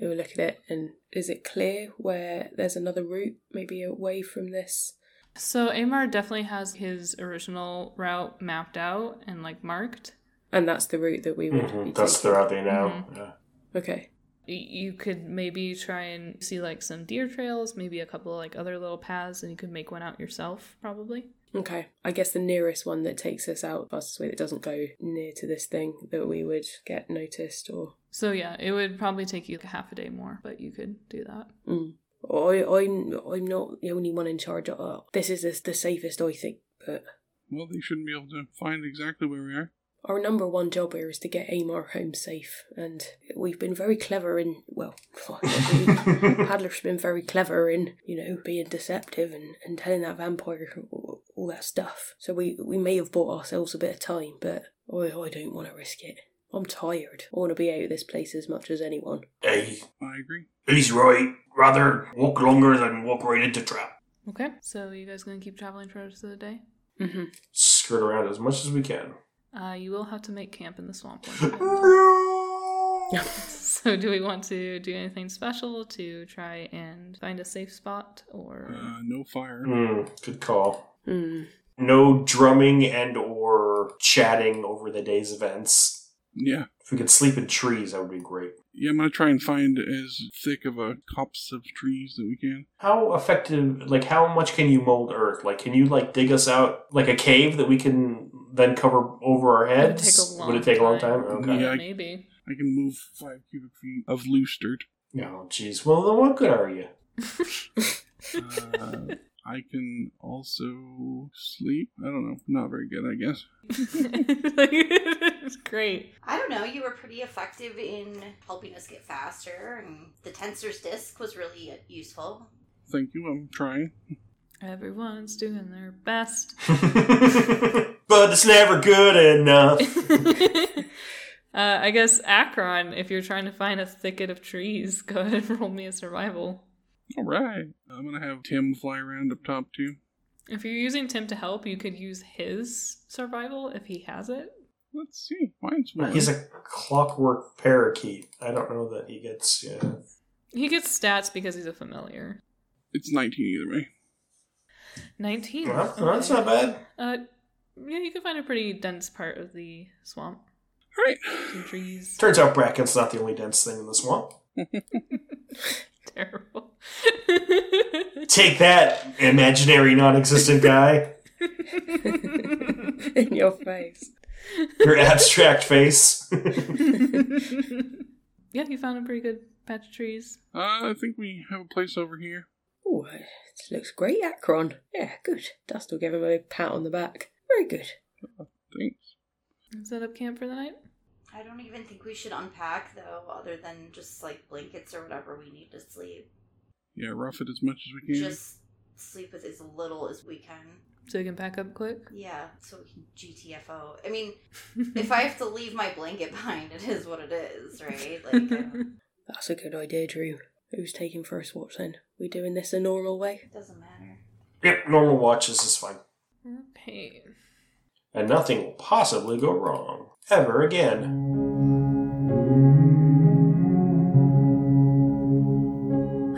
Speaker 3: We will look at it, and is it clear where there's another route, maybe away from this?
Speaker 2: So Amar definitely has his original route mapped out and like marked.
Speaker 3: And that's the route that we would be
Speaker 1: Mhm, That's
Speaker 3: taking.
Speaker 1: their out there now. Yeah.
Speaker 3: Okay.
Speaker 2: Y- You could maybe try and see like some deer trails, maybe a couple of like other little paths, and you could make one out yourself, probably.
Speaker 3: Okay. I guess the nearest one that takes us out fastest way that doesn't go near to this thing that we would get noticed or
Speaker 2: So yeah, it would probably take you half a day more, but you could do that.
Speaker 3: Mm. I, I'm I'm not the only one in charge. Uh, this is the, the safest, I think. But
Speaker 5: Well, they shouldn't be able to find exactly where we are.
Speaker 3: our number one job here is to get Amar home safe, and we've been very clever in well, [laughs] Paddler's been very clever in you know being deceptive and, and telling that vampire all, all that stuff. So we we may have bought ourselves a bit of time, but I I don't want to risk it. I'm tired. I want to be out of this place as much as anyone.
Speaker 7: Hey,
Speaker 5: I agree.
Speaker 7: he's right. Rather walk longer than walk right into trap.
Speaker 2: Okay. So you guys gonna keep traveling for the rest of the day?
Speaker 3: Mm-hmm.
Speaker 1: Skirt around as much as we can.
Speaker 2: Uh, you will have to make camp in the swamp.
Speaker 1: [laughs]
Speaker 2: One time.
Speaker 7: No.
Speaker 2: [laughs] So, do we want to do anything special to try and find a safe spot, or
Speaker 5: Uh, no fire.
Speaker 1: Mm, good call.
Speaker 3: Mm. [laughs]
Speaker 1: No drumming and or chatting over the day's events.
Speaker 5: Yeah.
Speaker 1: If we could sleep in trees, that would be great.
Speaker 5: Yeah, I'm gonna try and find as thick of a copse of trees that we can.
Speaker 1: How effective, like, how much can you mold earth? Like, can you, like, dig us out, like, a cave that we can then cover over our
Speaker 2: It'd
Speaker 1: heads?
Speaker 2: take a
Speaker 1: Would
Speaker 2: long
Speaker 1: it take a long time?
Speaker 2: time.
Speaker 1: Okay.
Speaker 5: Yeah. [laughs]
Speaker 2: Maybe.
Speaker 5: I can move five cubic feet of loose dirt.
Speaker 1: Oh, jeez. Well, then what good are you? [laughs]
Speaker 5: Uh, I can also sleep. I don't know. Not very good, I guess.
Speaker 2: it's great.
Speaker 4: I don't know. You were pretty effective in helping us get faster, and the tensor's disc was really uh, useful.
Speaker 5: Thank you. I'm trying.
Speaker 2: Everyone's doing their best.
Speaker 1: [laughs] but it's never good
Speaker 2: [laughs]
Speaker 1: enough.
Speaker 2: uh, I guess Akron, if you're trying to find a thicket of trees, [laughs] go ahead and roll me a survival.
Speaker 5: All right. I'm gonna have Tim fly around up top too.
Speaker 2: If you're using Tim to help, you could use his survival if he has it.
Speaker 5: Let's see. Mine's one.
Speaker 1: He's a clockwork parakeet. I don't know that he gets. Yeah.
Speaker 2: He gets stats because he's a familiar.
Speaker 5: It's 19 either way.
Speaker 2: 19.
Speaker 1: Well, that's
Speaker 2: Okay.
Speaker 1: not bad.
Speaker 2: Uh, yeah, you can find a pretty dense part of the swamp.
Speaker 5: All right.
Speaker 2: Some
Speaker 4: [laughs]
Speaker 2: trees.
Speaker 1: Turns out Bracken's not the only dense thing in the swamp.
Speaker 2: Terrible.
Speaker 1: Take that, imaginary non existent guy.
Speaker 3: in your face.
Speaker 1: Your abstract face. [laughs]
Speaker 2: yeah, you found a pretty good patch of trees.
Speaker 5: Uh, I think we have a place over here.
Speaker 3: Oh, this looks great, Akron. Yeah, good. Dust will give him a big pat on the back. Very good.
Speaker 5: Thanks.
Speaker 2: Set up camp for the night.
Speaker 4: I don't even think we should unpack though, other than just like blankets or whatever we need to sleep.
Speaker 5: Yeah, rough it as much as we can.
Speaker 4: Just sleep with as little as we can.
Speaker 2: So you can pack up quick.
Speaker 4: Yeah, so we can GTFO. I mean, if I have to leave my blanket [laughs] behind, it is what it is, right? Like, uh, I don't-
Speaker 3: That's a good idea, Drew. Who's taking first watch then? We doing this the normal way?
Speaker 4: [laughs] it doesn't matter.
Speaker 1: yep, normal watches is fine.
Speaker 2: [laughs] okay.
Speaker 1: And nothing will possibly go wrong. Ever again.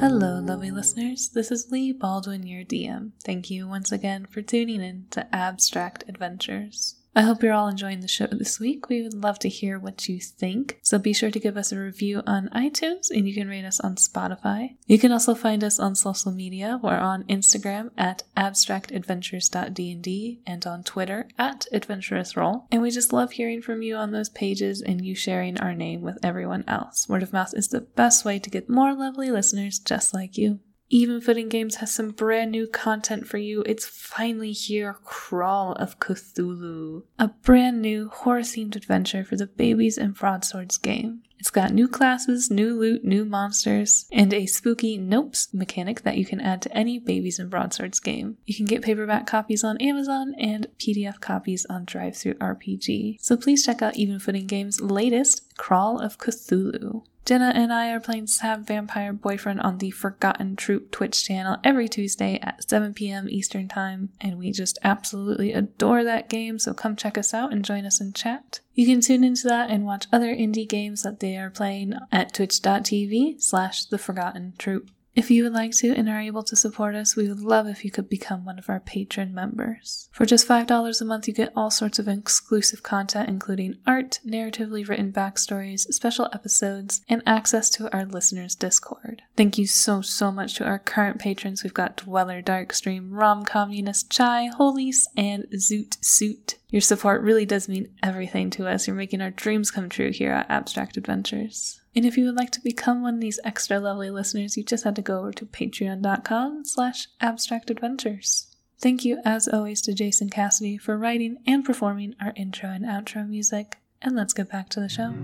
Speaker 2: Hello, lovely listeners. This is Lee Baldwin, your DM. Thank you once again for tuning in to Abstract Adventures. I hope you're all enjoying the show this week. We would love to hear what you think, so be sure to give us a review on iTunes and you can rate us on Spotify. You can also find us on social media. We're on Instagram at abstractadventures.dnd and on Twitter at adventurousroll. And we just love hearing from you on those pages and you sharing our name with everyone else. Word of mouth is the best way to get more lovely listeners just like you. Even Footing Games has some brand new content for you. It's finally here Crawl of Cthulhu, a brand new horror themed adventure for the Babies and Broadswords game. It's got new classes, new loot, new monsters, and a spooky nopes mechanic that you can add to any Babies and Broadswords game. You can get paperback copies on Amazon and PDF copies on DriveThru RPG. So please check out Even Footing Games' latest Crawl of Cthulhu. Jenna and I are playing Sab Vampire Boyfriend on the Forgotten Troop Twitch channel every Tuesday at 7 p.m. Eastern Time, and we just absolutely adore that game, so come check us out and join us in chat. You can tune into that and watch other indie games that they are playing at twitch.tv slash the Forgotten Troop. If you would like to and are able to support us, we would love if you could become one of our patron members. For just $5 a month, you get all sorts of exclusive content, including art, narratively written backstories, special episodes, and access to our listeners' Discord. Thank you so, so much to our current patrons. We've got Dweller Darkstream, Rom Communist Chai, Holies, and Zoot Suit. Your support really does mean everything to us. You're making our dreams come true here at Abstract Adventures. And if you would like to become one of these extra lovely listeners, you just had to go over to patreon.com slash abstractadventures. Thank you, as always, to Jason Cassidy for writing and performing our intro and outro music. And let's get back to the show.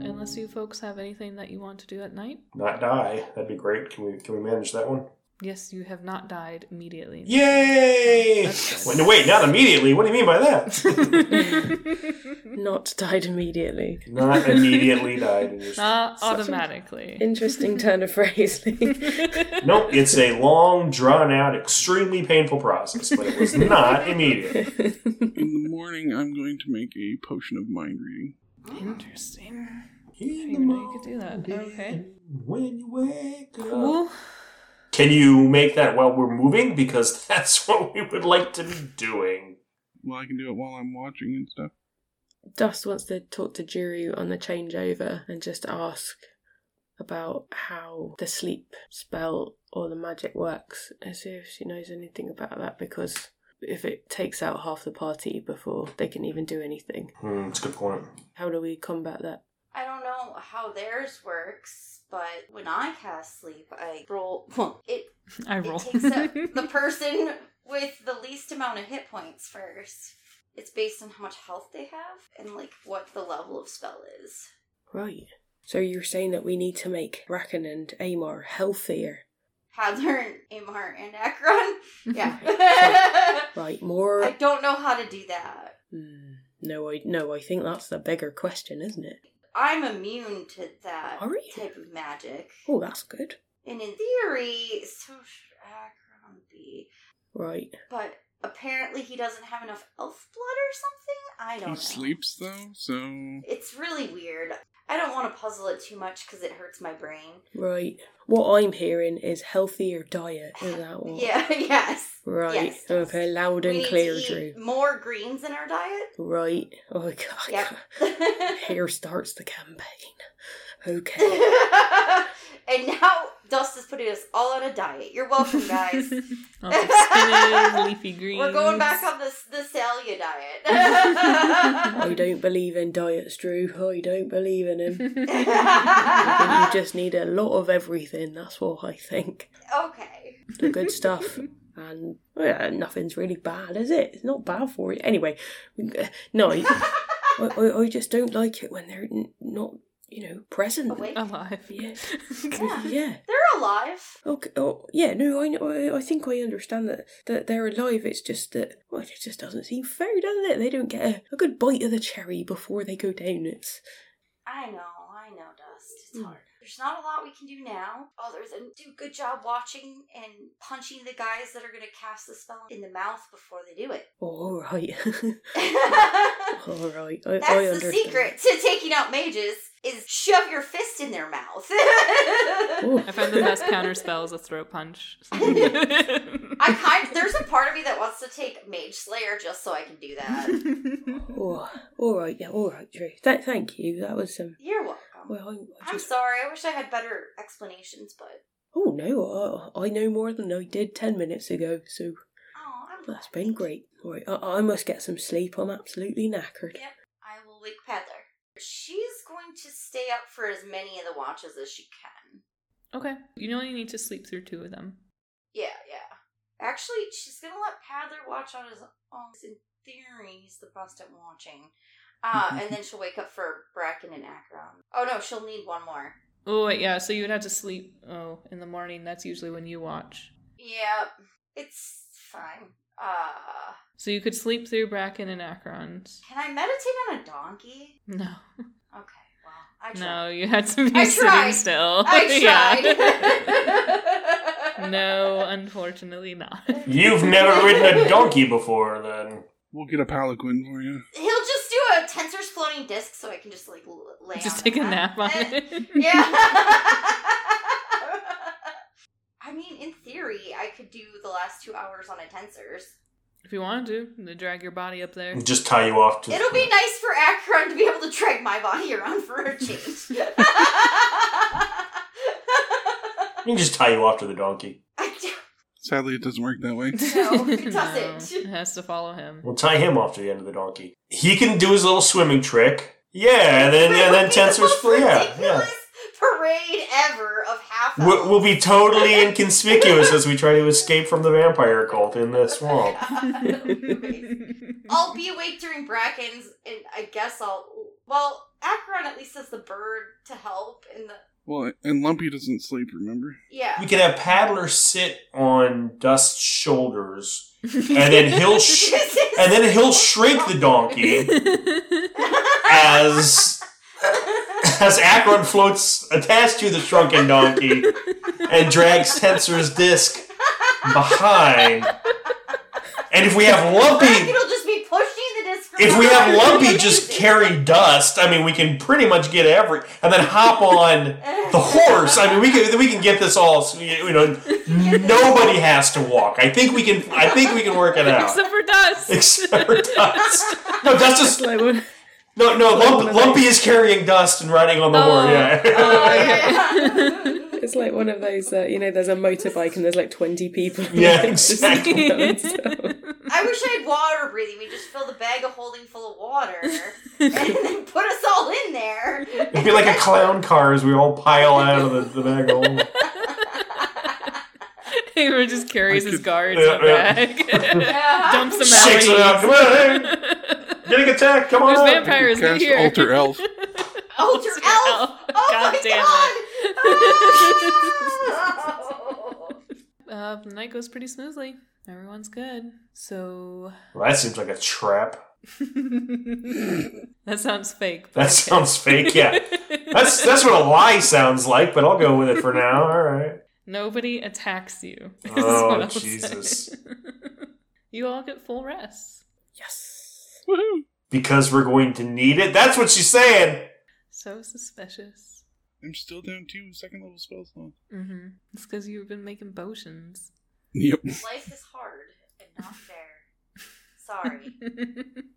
Speaker 2: Unless you folks have anything that you want to do at night.
Speaker 1: Not die. That'd be great. Can we can we manage that one?
Speaker 2: Yes, you have not died immediately.
Speaker 1: Yay!
Speaker 2: That's
Speaker 1: Wait,
Speaker 2: good.
Speaker 1: no, wait, not immediately. What do you mean by
Speaker 3: [laughs]
Speaker 1: that?
Speaker 3: Not died immediately.
Speaker 2: [laughs]
Speaker 1: not immediately died. in your-
Speaker 2: Not
Speaker 3: Such an
Speaker 2: automatically.
Speaker 3: Interesting turn of phrase, Lee.
Speaker 2: [laughs]
Speaker 1: Nope, it's a long, drawn out, extremely painful process, but it was
Speaker 2: [laughs]
Speaker 1: not immediate.
Speaker 5: In the morning, I'm going to make a potion of mind reading.
Speaker 2: Interesting. I
Speaker 1: In
Speaker 2: didn't
Speaker 1: the
Speaker 2: even know you could do that. Okay.
Speaker 1: morning When you wake up.
Speaker 2: Cool.
Speaker 1: Can you make that while we're moving? Because [laughs] that's what we would like to be doing.
Speaker 5: Well, I can do it while I'm watching and stuff.
Speaker 3: [laughs] Dust wants to talk to Jiru on the changeover and just ask about how the sleep spell or the magic works and see if she knows anything about that because if it takes out half the party before they can even do anything,
Speaker 1: Hmm, that's a good point.
Speaker 3: how do we combat that?
Speaker 4: I don't know how theirs works, but when I cast sleep, I roll. [laughs] Well, it,
Speaker 2: I
Speaker 4: it
Speaker 2: roll.
Speaker 3: [laughs]
Speaker 4: takes
Speaker 2: [laughs]
Speaker 4: up the person with the least amount of hit points first. It's based on how much health they have and like what the level of spell is.
Speaker 3: Right. So you're saying that we need to make Bracken and Amar healthier,
Speaker 4: Hadler, Amar, and Akron.
Speaker 3: [laughs]
Speaker 4: Yeah.
Speaker 3: right? More.
Speaker 4: [laughs] I don't know how to do that.
Speaker 3: Hmm. no, I no, I think that's the bigger question, isn't it?
Speaker 4: I'm immune to that
Speaker 3: Are you?
Speaker 4: type of magic.
Speaker 3: Oh, that's good.
Speaker 4: And in theory, so should Akron be.
Speaker 3: Right.
Speaker 4: But apparently he doesn't have enough elf blood or something? I don't know.
Speaker 5: He sleeps though, so
Speaker 4: It's really weird. I don't want to puzzle it too much because it hurts my brain.
Speaker 3: Right. What I'm hearing is healthier diet. Is that what?
Speaker 4: Yeah, [laughs] yes.
Speaker 3: Right.
Speaker 4: Yes.
Speaker 3: Okay. Loud
Speaker 4: We
Speaker 3: and
Speaker 4: need
Speaker 3: clear,
Speaker 4: to
Speaker 3: Drew.
Speaker 4: eat more greens in our diet.
Speaker 3: Right. Oh my god.
Speaker 4: Yep.
Speaker 3: [laughs] Here starts the campaign. Okay.
Speaker 4: [laughs] and now Dust is putting us all on a diet. You're welcome,
Speaker 2: [laughs]
Speaker 4: guys.
Speaker 2: Lots of spinach, leafy greens.
Speaker 4: [laughs] We're going
Speaker 2: [laughs]
Speaker 4: back on this the Celia diet. [laughs]
Speaker 3: I [laughs] don't believe in diets, Drew. I don't believe in him.
Speaker 4: [laughs]
Speaker 3: I think
Speaker 4: okay.
Speaker 3: you just need a lot of everything. That's what I think. The good
Speaker 4: [laughs]
Speaker 3: stuff. And well, yeah, nothing's really bad, is it? It's not bad for you. Anyway, uh, no, I, I, I just don't like it when they're n- not, you know, present.
Speaker 4: [laughs] Awake.
Speaker 2: Alive.
Speaker 3: Yeah.
Speaker 4: Yeah.
Speaker 3: [laughs] Yeah.
Speaker 4: They're alive.
Speaker 3: Okay. Oh, yeah. No, I, know- I I think I understand that that they're alive. It's just that well, it just doesn't seem fair, doesn't it? They don't get a, a good bite of the cherry before they go down. It's
Speaker 4: I know, I know, Dust. It's
Speaker 3: Hmm.
Speaker 4: hard. There's not a lot we can do now other than do a good job watching and punching the guys that are going to cast the spell in the mouth before they do it. [laughs]
Speaker 3: [laughs] oh, all right, all right. I, I
Speaker 4: That's the
Speaker 3: understand.
Speaker 4: secret to taking out mages is shove your fist in their mouth. [laughs]
Speaker 3: Oh.
Speaker 2: [laughs] I found the best counter spell is a throat punch.
Speaker 4: [laughs] I
Speaker 2: [laughs]
Speaker 4: kind there's a part of me that wants to take Mage Slayer just so I can do
Speaker 3: [laughs]
Speaker 4: that.
Speaker 3: Oh, all right. Yeah, all right, Drew. Th- thank you. That was um.
Speaker 4: You're welcome.
Speaker 3: Well, I, I
Speaker 4: I'm
Speaker 3: just.
Speaker 4: sorry. I wish I had better explanations, but
Speaker 3: Oh no, I, I know more than I did ten minutes ago. So
Speaker 4: oh, I'm glad.
Speaker 3: that's been great. All right, I, I must get some sleep. I'm absolutely knackered. [laughs]
Speaker 4: Yep, I will wake Peddler. She's going to stay up for as many of the watches as she can.
Speaker 2: okay. You know you need to sleep through two of them.
Speaker 4: Yeah, yeah. Actually, she's gonna let Paddler watch on his own. 'cause In theory, he's the best at watching. Uh, and
Speaker 2: [laughs]
Speaker 4: then she'll wake up for Bracken and Akron. Oh no, she'll need one more.
Speaker 2: Oh wait, yeah. So you would have to sleep. Oh, in the morning. That's usually when you watch.
Speaker 4: Yep, it's fine. Uh,
Speaker 2: So you could sleep through Bracken and Acheron's.
Speaker 4: can I meditate on a donkey?
Speaker 2: No,
Speaker 4: Okay, well, I tried.
Speaker 2: no, you had to be
Speaker 4: I tried.
Speaker 2: sitting still.
Speaker 4: I
Speaker 2: [laughs] Yeah. [laughs]
Speaker 4: tried.
Speaker 2: no, unfortunately
Speaker 4: [laughs]
Speaker 2: not.
Speaker 1: You've never ridden a donkey before, then.
Speaker 5: we'll get a palanquin for you.
Speaker 4: He'll just do a tensor's floating disc so I can just like l- lay
Speaker 2: Just
Speaker 4: on
Speaker 2: take a
Speaker 4: that.
Speaker 2: nap on
Speaker 4: Eh,
Speaker 2: it.
Speaker 4: [laughs] Yeah.
Speaker 2: [laughs]
Speaker 4: I mean, in theory, I could do the last two hours on a tensor's.
Speaker 2: If you want to, then drag your body up [laughs] there.
Speaker 1: Just tie you off to.
Speaker 4: It'll be nice for Akron to be able to drag my body around for a
Speaker 2: [laughs]
Speaker 4: change.
Speaker 1: We can just tie you off to the donkey.
Speaker 4: I do-
Speaker 5: Sadly, it doesn't work that way.
Speaker 4: No, it doesn't.
Speaker 2: it has to follow him.
Speaker 4: [laughs]
Speaker 1: We'll tie him off to the end of the donkey. He can do his little swimming trick. Yeah, and then yeah, then
Speaker 4: It'll be the
Speaker 1: tensors.
Speaker 4: most
Speaker 1: fl- Yeah, yeah.
Speaker 4: ridiculous Parade ever of half.
Speaker 1: We'll, we'll be totally inconspicuous as we try to escape from the vampire cult in the
Speaker 4: [laughs]
Speaker 1: swamp.
Speaker 2: [laughs]
Speaker 1: [laughs]
Speaker 4: I'll be awake during Bracken's, and I guess I'll. Well, Akron at least has the bird to help in the.
Speaker 5: Well, and Lumpy doesn't sleep. Remember?
Speaker 4: Yeah.
Speaker 1: We
Speaker 4: [laughs]
Speaker 1: could have Paddler sit on Dust's shoulders, and then he'll
Speaker 2: [laughs]
Speaker 4: [laughs]
Speaker 1: sh- and then he'll shrink the donkey as [laughs] as Akron floats attached to the shrunken donkey and drags Tensor's disc behind. And if we have
Speaker 4: Bracken
Speaker 1: Lumpy,
Speaker 4: will just be pushing the disc
Speaker 1: If we have Lumpy
Speaker 4: [laughs]
Speaker 1: just carry dust, I mean, we can pretty much get every, and then hop on the horse. I mean,
Speaker 4: [laughs]
Speaker 1: we can we can get this all. so, You know, nobody has to walk. I think we can. I think we can work it out.
Speaker 2: Except for
Speaker 1: [laughs]
Speaker 2: dust.
Speaker 1: Except for Dust. No, Dust is
Speaker 3: Slow one.
Speaker 1: no, no. Lump, Lumpy is carrying Dust and riding on the horse. Yeah.
Speaker 4: Oh,
Speaker 3: It's like one of those, uh, you know, there's a motorbike and there's like 20 people.
Speaker 1: Yeah,
Speaker 3: Just
Speaker 1: exactly.
Speaker 3: go and stuff.
Speaker 4: I wish I had water breathing. We just filled a bag of holding full of
Speaker 1: [laughs]
Speaker 4: water and then put us all in
Speaker 2: [laughs]
Speaker 4: there.
Speaker 1: It'd be like a clown car as we all pile out of the, the bag. of holding.
Speaker 2: [laughs] Hamer just carries
Speaker 5: I
Speaker 2: his
Speaker 5: could-
Speaker 2: guards
Speaker 1: yeah,
Speaker 2: in a
Speaker 1: [laughs]
Speaker 2: bag.
Speaker 4: Yeah.
Speaker 2: Dumps them out.
Speaker 1: Shakes it up. Come on, hey,
Speaker 2: [laughs]
Speaker 1: getting attacked. Come on.
Speaker 2: There's
Speaker 1: up.
Speaker 2: vampires in
Speaker 5: Cast
Speaker 2: here.
Speaker 5: alter
Speaker 2: [laughs]
Speaker 5: elf.
Speaker 4: Alter
Speaker 2: Alter
Speaker 4: elf.
Speaker 2: elf.
Speaker 4: Oh my
Speaker 2: God damn Ah!
Speaker 4: [laughs] god.
Speaker 2: [laughs]
Speaker 4: [laughs]
Speaker 2: Uh, the night goes pretty smoothly. Everyone's good. So [laughs]
Speaker 1: Well, that seems like a trap.
Speaker 2: that sounds fake.
Speaker 1: That sounds fake.
Speaker 2: [laughs]
Speaker 1: Yeah. That's that's what a lie sounds like, but I'll go with it for now. All right.
Speaker 2: Nobody attacks you. is
Speaker 1: Oh,
Speaker 2: what I'll say. [laughs]
Speaker 1: Jesus.
Speaker 2: you all get full rest.
Speaker 3: [laughs] Yes.
Speaker 5: Woohoo!
Speaker 1: Because we're going to need it. That's what she's saying.
Speaker 2: So suspicious.
Speaker 5: I'm still down two second level spells now.
Speaker 2: Mm-hmm. It's because you've been making potions.
Speaker 5: Yep.
Speaker 4: Life is hard and not fair.
Speaker 2: [laughs]
Speaker 4: Sorry.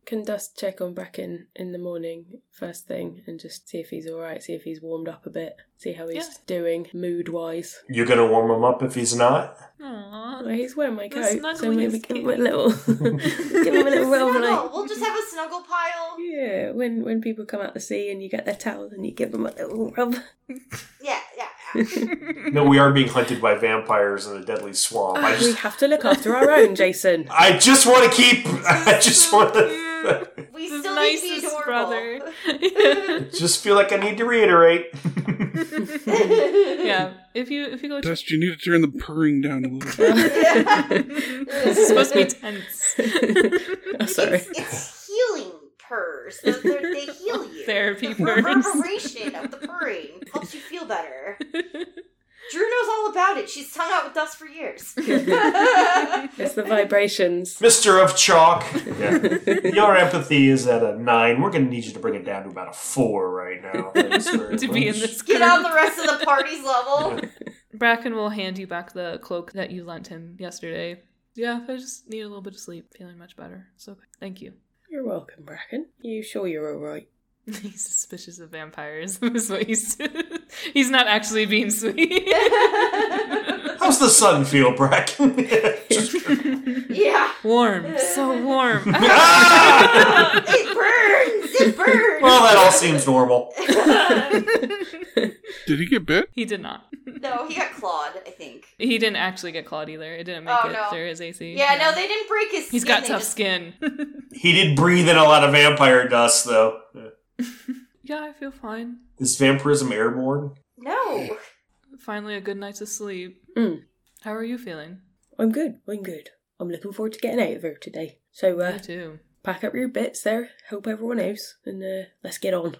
Speaker 3: Can Dust check on Bracken in the morning, first thing, and just see if he's alright, see if he's warmed up a bit, see how he's
Speaker 2: Yeah.
Speaker 3: doing mood wise.
Speaker 1: You're gonna warm him up if he's not.
Speaker 3: Well,
Speaker 2: Aww. [laughs]
Speaker 3: he's wearing my
Speaker 2: The
Speaker 3: coat, so
Speaker 2: snuggly
Speaker 3: maybe
Speaker 2: is
Speaker 3: give him a
Speaker 2: cute.
Speaker 3: little, [laughs] give him a little rub,
Speaker 4: Snuggle.
Speaker 3: like-
Speaker 4: We'll just have a snuggle pile.
Speaker 3: [laughs] Yeah, when when people come out to sea and you get their towels and you give them a little rub.
Speaker 4: Yeah, yeah. [laughs] yeah.
Speaker 1: No, we are being hunted by vampires in a deadly swamp. I
Speaker 3: we
Speaker 1: just
Speaker 3: have to look after our
Speaker 1: [laughs]
Speaker 3: own, Jason.
Speaker 1: I just want to keep. [laughs] I just want to.
Speaker 4: We
Speaker 2: The
Speaker 4: still need to be
Speaker 2: nicest
Speaker 4: adorable. [laughs]
Speaker 2: brother. [laughs]
Speaker 1: Just feel like I need to reiterate.
Speaker 2: yeah. If you if you go to
Speaker 5: Dust, you need to turn the purring down a little bit.
Speaker 2: [laughs] this is supposed to be tense.
Speaker 3: [laughs] Oh, sorry.
Speaker 4: It's, it's healing purrs. They're, they're, they heal you.
Speaker 2: Therapy
Speaker 4: the
Speaker 2: purrs.
Speaker 4: reverberation of the purring helps you feel better. Drew knows all about it. She's hung out with us for [laughs] years.
Speaker 3: It's the vibrations.
Speaker 1: Mister of Chalk, [laughs] your empathy is at a nine. We're gonna need you to bring it down to about a four right
Speaker 2: [laughs]
Speaker 1: now. Thanks very
Speaker 2: to be in
Speaker 1: much.
Speaker 2: this
Speaker 4: Get on
Speaker 2: group.
Speaker 4: the rest of the party's [laughs] level.
Speaker 2: [laughs] Bracken will hand you back the cloak that you lent him yesterday. Yeah, I just need a little bit of sleep. Feeling much better. So thank you.
Speaker 3: [laughs] You're welcome, Bracken. You sure you're all right?
Speaker 2: [laughs] He's suspicious of vampires. [laughs] is what he's. he's not actually being sweet. [laughs]
Speaker 1: How's the sun feel, Bracken? [laughs] Just-
Speaker 4: Yeah.
Speaker 2: warm, so warm. [laughs]
Speaker 1: Ah!
Speaker 4: It burns. It burns.
Speaker 1: well, that all
Speaker 3: [laughs]
Speaker 1: seems normal.
Speaker 5: Did he
Speaker 2: [laughs]
Speaker 5: get bit?
Speaker 2: he did not.
Speaker 4: [laughs] no, he got clawed. I think.
Speaker 2: He didn't actually get clawed either. It didn't make
Speaker 4: Oh,
Speaker 2: it
Speaker 4: no.
Speaker 2: through his AC.
Speaker 4: Yeah, no, they didn't break his.
Speaker 2: He's
Speaker 4: skin,
Speaker 2: got
Speaker 4: they
Speaker 2: tough
Speaker 4: just-
Speaker 2: skin. [laughs]
Speaker 1: He did breathe in a lot of vampire dust, though.
Speaker 2: yeah, I feel fine.
Speaker 1: Is vampirism airborne? [laughs]
Speaker 4: No.
Speaker 2: Finally, a good night's of sleep.
Speaker 3: Mm.
Speaker 2: How are you feeling?
Speaker 3: I'm good. I'm good. I'm looking forward to getting out of here today. So uh,
Speaker 2: Me too.
Speaker 3: pack up your bits there. Help everyone else, and uh, let's get on.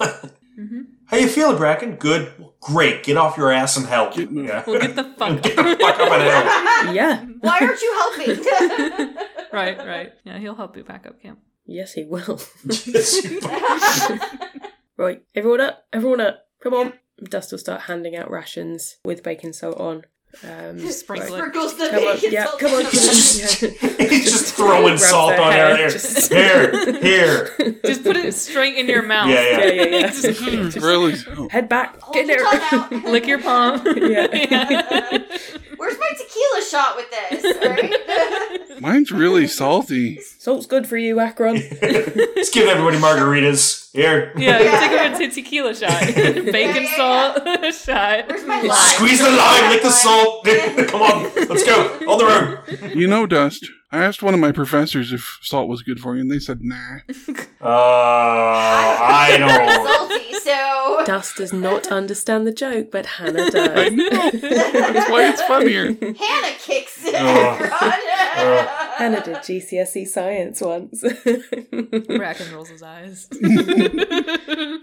Speaker 2: hmm
Speaker 1: How you feeling, Bracken? Good. Great. Get off your ass and help.
Speaker 5: Get moving.
Speaker 1: Yeah.
Speaker 2: Well, get the
Speaker 3: [laughs]
Speaker 2: fuck.
Speaker 1: Get the fuck up and
Speaker 2: [laughs]
Speaker 1: help.
Speaker 3: Yeah.
Speaker 4: [laughs] Why aren't you
Speaker 3: [laughs]
Speaker 4: helping? [laughs]
Speaker 2: right, right. Yeah, he'll help you pack up camp.
Speaker 3: Yes, he will. [laughs]
Speaker 1: Yes.
Speaker 3: Right, everyone up, everyone up. Come on. Dust will start handing out rations with baking salt on.
Speaker 4: [laughs]
Speaker 3: Um,
Speaker 2: Sprinkle
Speaker 3: right.
Speaker 2: it.
Speaker 4: Sprinkles the [laughs]
Speaker 3: Come on,
Speaker 4: bacon
Speaker 3: yeah,
Speaker 4: salt
Speaker 3: come
Speaker 1: [laughs]
Speaker 3: on,
Speaker 4: on
Speaker 3: come
Speaker 4: the-
Speaker 3: on. Yeah.
Speaker 1: [laughs] He's just throwing
Speaker 3: Grabs
Speaker 1: salt
Speaker 3: their
Speaker 1: on
Speaker 3: hair,
Speaker 1: her.
Speaker 3: just-
Speaker 1: [laughs]
Speaker 2: [laughs]
Speaker 1: Here, here.
Speaker 3: [laughs]
Speaker 2: Just put it straight in your
Speaker 1: [laughs]
Speaker 2: mouth.
Speaker 1: Yeah, yeah.
Speaker 3: Yeah, yeah, yeah.
Speaker 2: [laughs]
Speaker 5: [laughs]
Speaker 2: Just
Speaker 5: really? Oh,
Speaker 3: Head back.
Speaker 4: Hold
Speaker 3: get
Speaker 4: your
Speaker 3: there.
Speaker 4: tongue out.
Speaker 2: lick your
Speaker 4: [laughs]
Speaker 2: palm. [laughs]
Speaker 3: Yeah.
Speaker 4: Where's my tequila shot with this?
Speaker 3: [laughs]
Speaker 4: Right? [laughs]
Speaker 5: mine's really
Speaker 3: [laughs]
Speaker 5: salty.
Speaker 3: Salt's good for you, Akron.
Speaker 1: Let's give everybody margaritas. Here.
Speaker 2: Yeah,
Speaker 4: Yeah,
Speaker 2: take
Speaker 4: yeah.
Speaker 2: a good tequila shot.
Speaker 4: Yeah,
Speaker 2: Bacon
Speaker 4: yeah,
Speaker 2: salt [laughs] shot.
Speaker 4: Where's my
Speaker 2: Yeah. [laughs]
Speaker 4: lime?
Speaker 1: Squeeze the lime, lick the salt. [laughs] Come on, let's go. On the road.
Speaker 5: You know, Dust. I asked one of my professors if salt was good for you, and they said nah.
Speaker 1: Uh, I don't.
Speaker 4: Salty,
Speaker 3: [laughs]
Speaker 4: so
Speaker 3: Dust does not understand the joke, but
Speaker 5: [laughs]
Speaker 3: Hannah
Speaker 5: I
Speaker 3: does.
Speaker 4: [laughs]
Speaker 5: know. That's why it's funnier.
Speaker 4: Hannah kicks it.
Speaker 1: Oh.
Speaker 4: Ron.
Speaker 3: Hannah did GCSE E science once.
Speaker 2: Bracken rolls his eyes.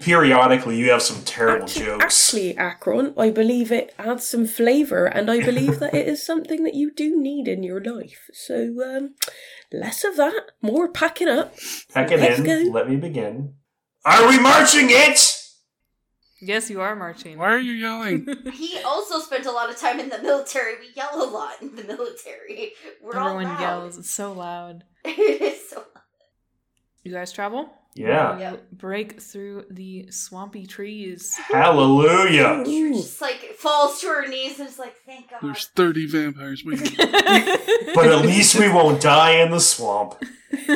Speaker 1: Periodically, you have some terrible
Speaker 3: Actu-
Speaker 1: jokes.
Speaker 3: Actually, Akron, I believe it adds some flavour, and I believe that it is something that you do need in your life. So, um, less of that, more packing up.
Speaker 1: Pack it
Speaker 3: Let's
Speaker 1: in.
Speaker 3: go.
Speaker 1: Let me begin. Are we marching it?
Speaker 2: [laughs] yes, you are marching.
Speaker 5: Why are you
Speaker 4: [laughs]
Speaker 5: yelling?
Speaker 4: He also spent a lot of time in the military. We yell a lot in the military. We're
Speaker 2: Everyone
Speaker 4: all loud.
Speaker 2: yells. It's so loud.
Speaker 4: [laughs] it is so
Speaker 2: You guys travel?
Speaker 1: Yeah.
Speaker 2: You
Speaker 4: Yep.
Speaker 2: break through the swampy trees.
Speaker 1: Hallelujah.
Speaker 4: She
Speaker 3: Ooh.
Speaker 4: just like falls to her knees and is like, "Thank God."
Speaker 5: There's 30 vampires waiting.
Speaker 1: But
Speaker 2: [laughs]
Speaker 1: at least we won't die in the swamp.
Speaker 4: [laughs]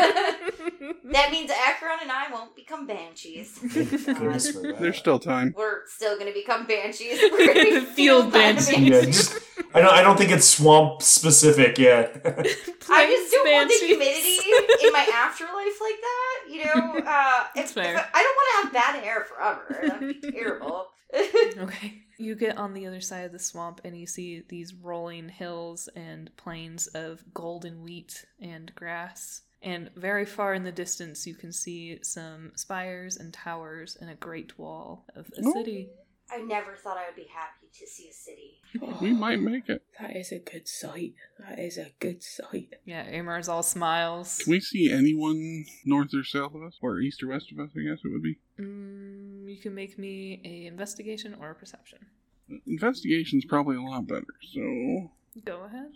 Speaker 4: that means Akron and I won't
Speaker 2: [laughs]
Speaker 4: become banshees.
Speaker 1: Goodness me.
Speaker 5: There's still time.
Speaker 4: We're still gonna
Speaker 2: [laughs]
Speaker 4: become banshees. We're gonna be fueled by the
Speaker 2: banshees.
Speaker 1: Yeah, just, I don't. I don't think it's swamp specific yet. [laughs]
Speaker 4: I just don't want the
Speaker 2: Banshees.
Speaker 4: humidity in my afterlife like that.
Speaker 2: [laughs]
Speaker 4: You know, uh,
Speaker 2: That's
Speaker 4: if-
Speaker 2: fair.
Speaker 4: if- I don't want to have bad hair forever. That'd
Speaker 2: [laughs]
Speaker 4: be terrible.
Speaker 2: Okay. You get on the other side of the swamp and you see these rolling hills and plains of golden wheat and grass. And very far in the distance, you can see some spires and towers and a great wall of a
Speaker 5: Ooh.
Speaker 2: city.
Speaker 4: I never thought I would be happy to see a city.
Speaker 5: We might make it.
Speaker 3: That is a good sight. That is a good sight.
Speaker 2: Yeah, Amar's all smiles.
Speaker 5: Can we see anyone north or south of us? Or east or west of us, I guess it would be.
Speaker 2: Mm, you can make me a investigation or a perception.
Speaker 5: Investigation's probably a lot better, so.
Speaker 2: Go ahead.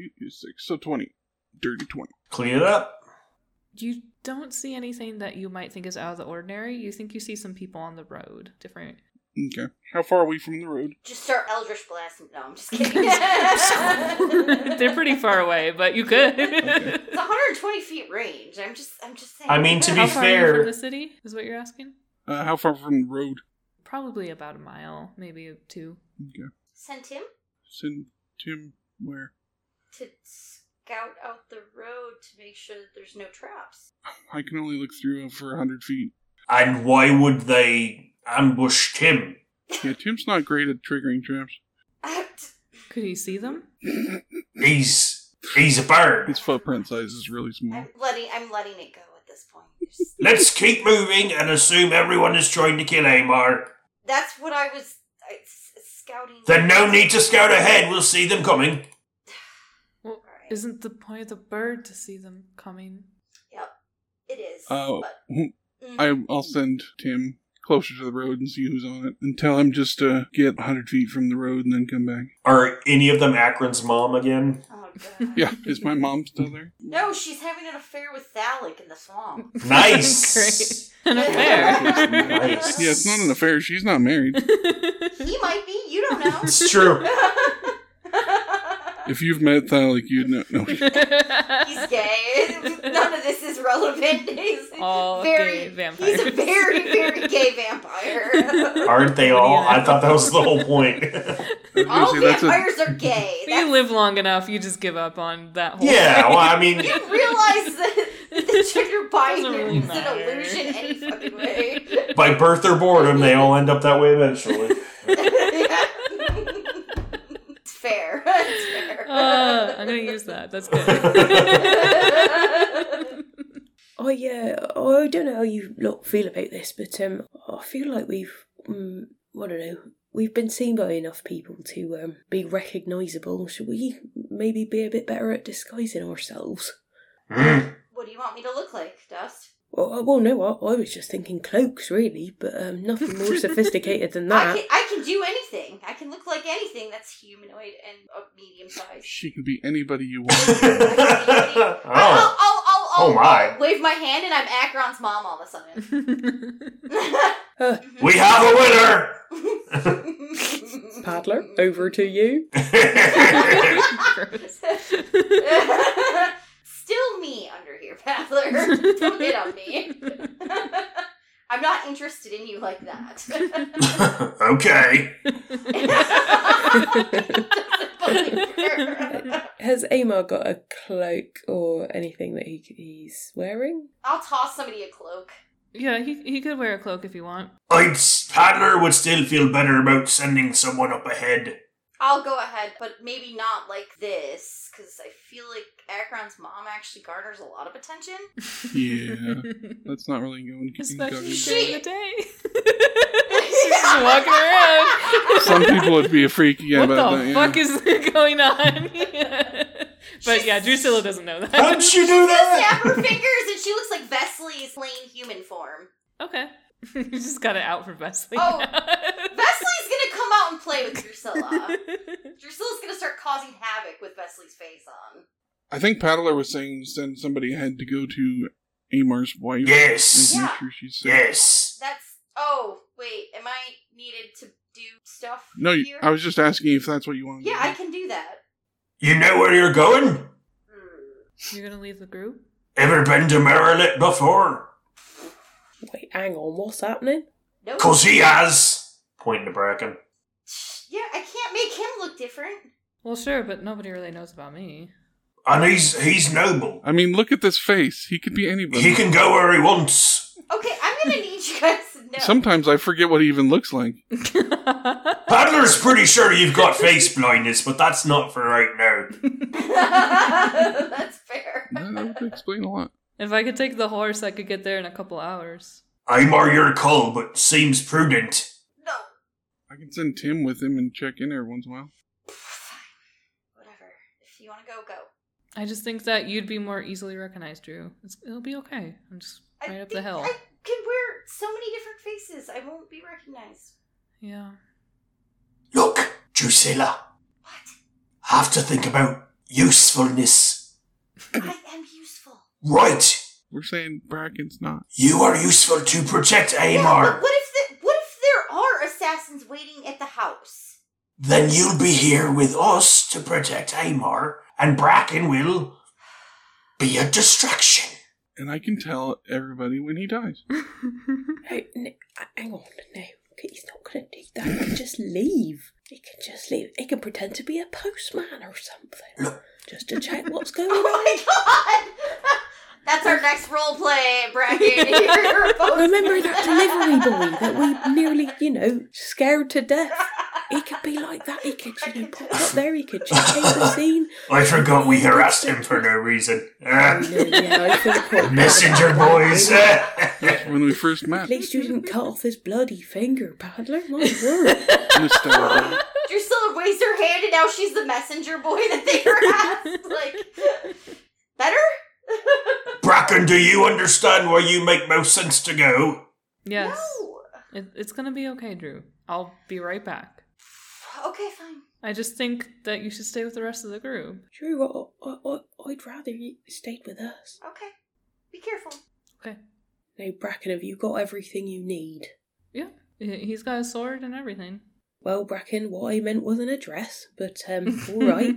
Speaker 5: eight is Six, so 20. Dirty 20.
Speaker 1: Clean it up.
Speaker 2: You don't see anything that you might think is out of the ordinary. You think you see some people on the road, different
Speaker 5: Okay. How far are we from the road?
Speaker 4: Just start Eldritch Blasting. No, I'm just kidding.
Speaker 2: [laughs]
Speaker 4: [laughs]
Speaker 2: They're pretty far away, but you could. [laughs]
Speaker 4: It's 120 feet range. I'm just, I'm just saying.
Speaker 1: I mean, to
Speaker 2: How
Speaker 1: be
Speaker 2: far are you
Speaker 1: fair-
Speaker 2: from the city? Is what you're asking?
Speaker 5: Uh, how far from the road?
Speaker 2: Probably about a mile, maybe two.
Speaker 5: Okay.
Speaker 4: sent him
Speaker 5: Send Tim where?
Speaker 4: to scout out the road to make sure that there's no traps. [laughs]
Speaker 5: I can only look through for 100 feet.
Speaker 1: And why would they ambush Tim?
Speaker 5: Yeah, Tim's not great at triggering traps.
Speaker 2: Could you see them?
Speaker 1: He's he's a bird.
Speaker 5: His footprint size is really small.
Speaker 4: I'm letting, I'm letting it go at this point. There's-
Speaker 1: Let's keep moving and assume everyone is trying to kill Amar.
Speaker 4: That's what I was I, s- scouting.
Speaker 1: Then no need to scout ahead. We'll see them coming.
Speaker 2: Well,
Speaker 4: Alright.
Speaker 2: isn't the point of the bird to see them coming?
Speaker 4: Yep, it is.
Speaker 5: Uh,
Speaker 4: but, mm,
Speaker 5: I, I'll send Tim closer to the road and see who's on it, and tell him just to get 100 feet from the road and then come back.
Speaker 1: Are any of them Akron's mom again?
Speaker 4: oh
Speaker 5: [laughs]
Speaker 4: god.
Speaker 5: Yeah, is my mom still there?
Speaker 4: No, she's having an affair with Thalik in the swamp.
Speaker 1: Nice.
Speaker 2: [laughs] Great. An affair.
Speaker 1: Nice.
Speaker 5: Yeah, it's not an affair. She's not married.
Speaker 4: He might be. You don't know.
Speaker 1: It's true.
Speaker 5: [laughs]
Speaker 4: [laughs]
Speaker 5: If you've met Thalik, you'd know. No,
Speaker 4: He's gay. [laughs] None of this is relevant. [laughs] He's
Speaker 2: [laughs] All
Speaker 4: very
Speaker 2: gay vampires.
Speaker 4: He's a very
Speaker 2: [laughs]
Speaker 4: very gay vampire.
Speaker 1: Aren't they all? I thought that was the whole point.
Speaker 5: I was gonna
Speaker 4: All
Speaker 5: say, that's a,
Speaker 4: vampires are
Speaker 2: [laughs]
Speaker 4: gay.
Speaker 2: you
Speaker 4: That's-
Speaker 2: live long enough, you just give up on that whole.
Speaker 1: yeah, well, I
Speaker 2: [laughs]
Speaker 1: mean,
Speaker 4: you realize that the gender
Speaker 2: Doesn't really
Speaker 4: binary is an
Speaker 2: matter. [laughs]
Speaker 4: illusion any fucking way. [laughs]
Speaker 1: by birth or boredom, they all end up that way eventually. [laughs]
Speaker 4: it's fair. [laughs] It's fair.
Speaker 2: Uh, I'm gonna use that. That's good.
Speaker 3: I uh, I don't know how you lot feel about this, but um, I feel like we've, um, I don't know, we've been seen by enough people to um be recognisable. Should we maybe be a bit better at disguising ourselves?
Speaker 1: Hmm.
Speaker 4: [laughs] What do you want me to look like, Dust?
Speaker 3: Well, I- well, no, I, I was just thinking cloaks, really, but um, nothing more sophisticated than
Speaker 4: I
Speaker 3: that.
Speaker 4: can I can do anything. I can look like anything that's humanoid and uh, of medium size.
Speaker 5: she could be anybody you want.
Speaker 4: I'll, I'll,
Speaker 1: oh,
Speaker 4: I'll, I'll,
Speaker 1: Oh my.
Speaker 4: wave my hand and I'm Akron's mom all of a
Speaker 2: [laughs]
Speaker 4: sudden. [laughs]
Speaker 3: Uh,
Speaker 1: we have a winner. [laughs]
Speaker 3: Paddler, over to you.
Speaker 2: Gross.
Speaker 4: [laughs] Still me under here, Paddler. [laughs] Don't hit on me. [laughs] I'm not interested in you like that. [laughs]
Speaker 1: okay.
Speaker 3: Has Amar got a cloak or anything that he, he's wearing?
Speaker 4: I'll toss somebody a cloak.
Speaker 2: yeah, he he could wear a cloak if you want.
Speaker 1: I'd s- Paddler would still feel better about sending someone up ahead.
Speaker 4: I'll go ahead, but maybe not like this, because I feel like Akron's mom actually garners a lot of attention.
Speaker 2: [laughs]
Speaker 5: Yeah. Let's not really go and
Speaker 2: Especially
Speaker 5: Kentucky.
Speaker 4: She-
Speaker 2: during the day. [laughs] She's just walking around.
Speaker 5: Some people
Speaker 2: [laughs]
Speaker 5: would be a freak yeah,
Speaker 2: what
Speaker 5: about
Speaker 2: the
Speaker 5: that.
Speaker 2: fuck
Speaker 5: yeah.
Speaker 2: is [laughs] going on?
Speaker 4: [laughs]
Speaker 2: but yeah, Drusilla doesn't know that.
Speaker 1: How'd she do
Speaker 4: Just
Speaker 1: that?
Speaker 4: snap her fingers, and she looks like Vesely's plain human form.
Speaker 2: Okay. [laughs] you just got it out for Wesley.
Speaker 4: Oh.
Speaker 2: now.
Speaker 4: Vesely's gonna come out and play
Speaker 2: [laughs]
Speaker 4: with Drusilla. Drusilla's gonna start causing havoc with Vesely's face on.
Speaker 5: I think Paddler was saying send somebody ahead to go to Amar's wife.
Speaker 1: Yes.
Speaker 5: And
Speaker 4: Yeah.
Speaker 5: make sure she's safe.
Speaker 1: Yes.
Speaker 4: That's. Oh, wait, am I needed to do stuff?
Speaker 5: No, you-
Speaker 4: here?
Speaker 5: I was just asking if that's what you wanted.
Speaker 4: Yeah,
Speaker 5: to
Speaker 4: I
Speaker 5: do.
Speaker 4: can do that. Hmm.
Speaker 1: You know where you're going?
Speaker 2: You're gonna leave the group?
Speaker 1: Ever been to Maryland before?
Speaker 3: Wait, hang on, what's happening?
Speaker 4: No.
Speaker 1: Cause he has. Pointing to Bracken.
Speaker 4: Yeah, I can't make him look different.
Speaker 2: Well, sure, but nobody really knows about me.
Speaker 4: [laughs]
Speaker 1: And he's he's noble.
Speaker 5: I mean, look at this face. He could be anybody.
Speaker 1: He can go where he wants.
Speaker 4: Okay, I'm
Speaker 5: [laughs]
Speaker 4: gonna need you guys to know.
Speaker 5: Sometimes I forget what he even looks like.
Speaker 1: Paddler's pretty sure you've got face blindness, but that's not for right now.
Speaker 4: [laughs] That's fair.
Speaker 5: That that would explain a lot.
Speaker 2: if I could take the horse, I could get there in a couple hours.
Speaker 1: I'm are your call, but seems prudent.
Speaker 4: No.
Speaker 5: I can send Tim with him and check in every once in a while.
Speaker 4: Fine. Whatever. If you wanna go, go.
Speaker 2: I just think that you'd be more easily recognized, Drew. It's, it'll be okay. I'm just
Speaker 4: I
Speaker 2: right up the
Speaker 4: think
Speaker 2: hill.
Speaker 4: I can wear so many different faces. I won't be recognized. [laughs]
Speaker 2: Yeah.
Speaker 1: Look, Drusilla,
Speaker 4: What?
Speaker 1: have to think about usefulness.
Speaker 4: I am useful.
Speaker 1: Right,
Speaker 5: We're saying Bracken's not.
Speaker 1: you are useful to protect
Speaker 4: Yeah,
Speaker 1: Amar.
Speaker 4: but what if the, what if there are assassins waiting at
Speaker 3: [laughs]
Speaker 4: the house?
Speaker 1: Then you'll be here with us to protect Amar, and Bracken will be a distraction.
Speaker 5: And I can tell everybody when he dies.
Speaker 3: No, no, h- hang on, no. He's not going to do that. He can just leave. He can just leave. He can pretend to be a postman or something. Just to check what's going
Speaker 4: Oh
Speaker 3: on. [laughs]
Speaker 4: my god! [laughs] That's our next role play,
Speaker 3: [laughs]
Speaker 4: Bracken. You're a postman.
Speaker 3: Remember that delivery boy
Speaker 4: [laughs]
Speaker 3: that we nearly, you know, scared to death? He could be like that. He could, you know, pop up there. He could just take the
Speaker 1: [laughs]
Speaker 3: scene.
Speaker 1: I forgot we harassed him for no reason.
Speaker 3: Oh,
Speaker 1: Ah,
Speaker 3: no, yeah, I feel quite
Speaker 1: [laughs]
Speaker 3: bad
Speaker 1: messenger
Speaker 3: about that, [laughs]
Speaker 1: boys. Eh.
Speaker 3: really.
Speaker 5: That's when we first met.
Speaker 3: At least you didn't cut off his bloody finger, Paddler. My word.
Speaker 1: [laughs]
Speaker 5: Miss Doubleday.
Speaker 4: Drusilla raised her hand and now she's the messenger boy that
Speaker 3: [laughs]
Speaker 4: they harassed. like, better? [laughs]
Speaker 1: Bracken, do you understand where you make most sense to go?
Speaker 2: yes.
Speaker 4: No.
Speaker 2: It, it's gonna be okay, Drew. I'll be right back.
Speaker 4: Okay, fine.
Speaker 2: I just think that you should stay with the rest of the group.
Speaker 3: True, I, I, I- I'd rather you stayed with us.
Speaker 4: Okay. Be careful.
Speaker 2: Okay.
Speaker 3: No, Bracken, have you got everything you need?
Speaker 2: Yeah. He- He's got a sword and everything.
Speaker 3: Well, Bracken, what I meant was an address, but um,
Speaker 2: [laughs]
Speaker 3: all right.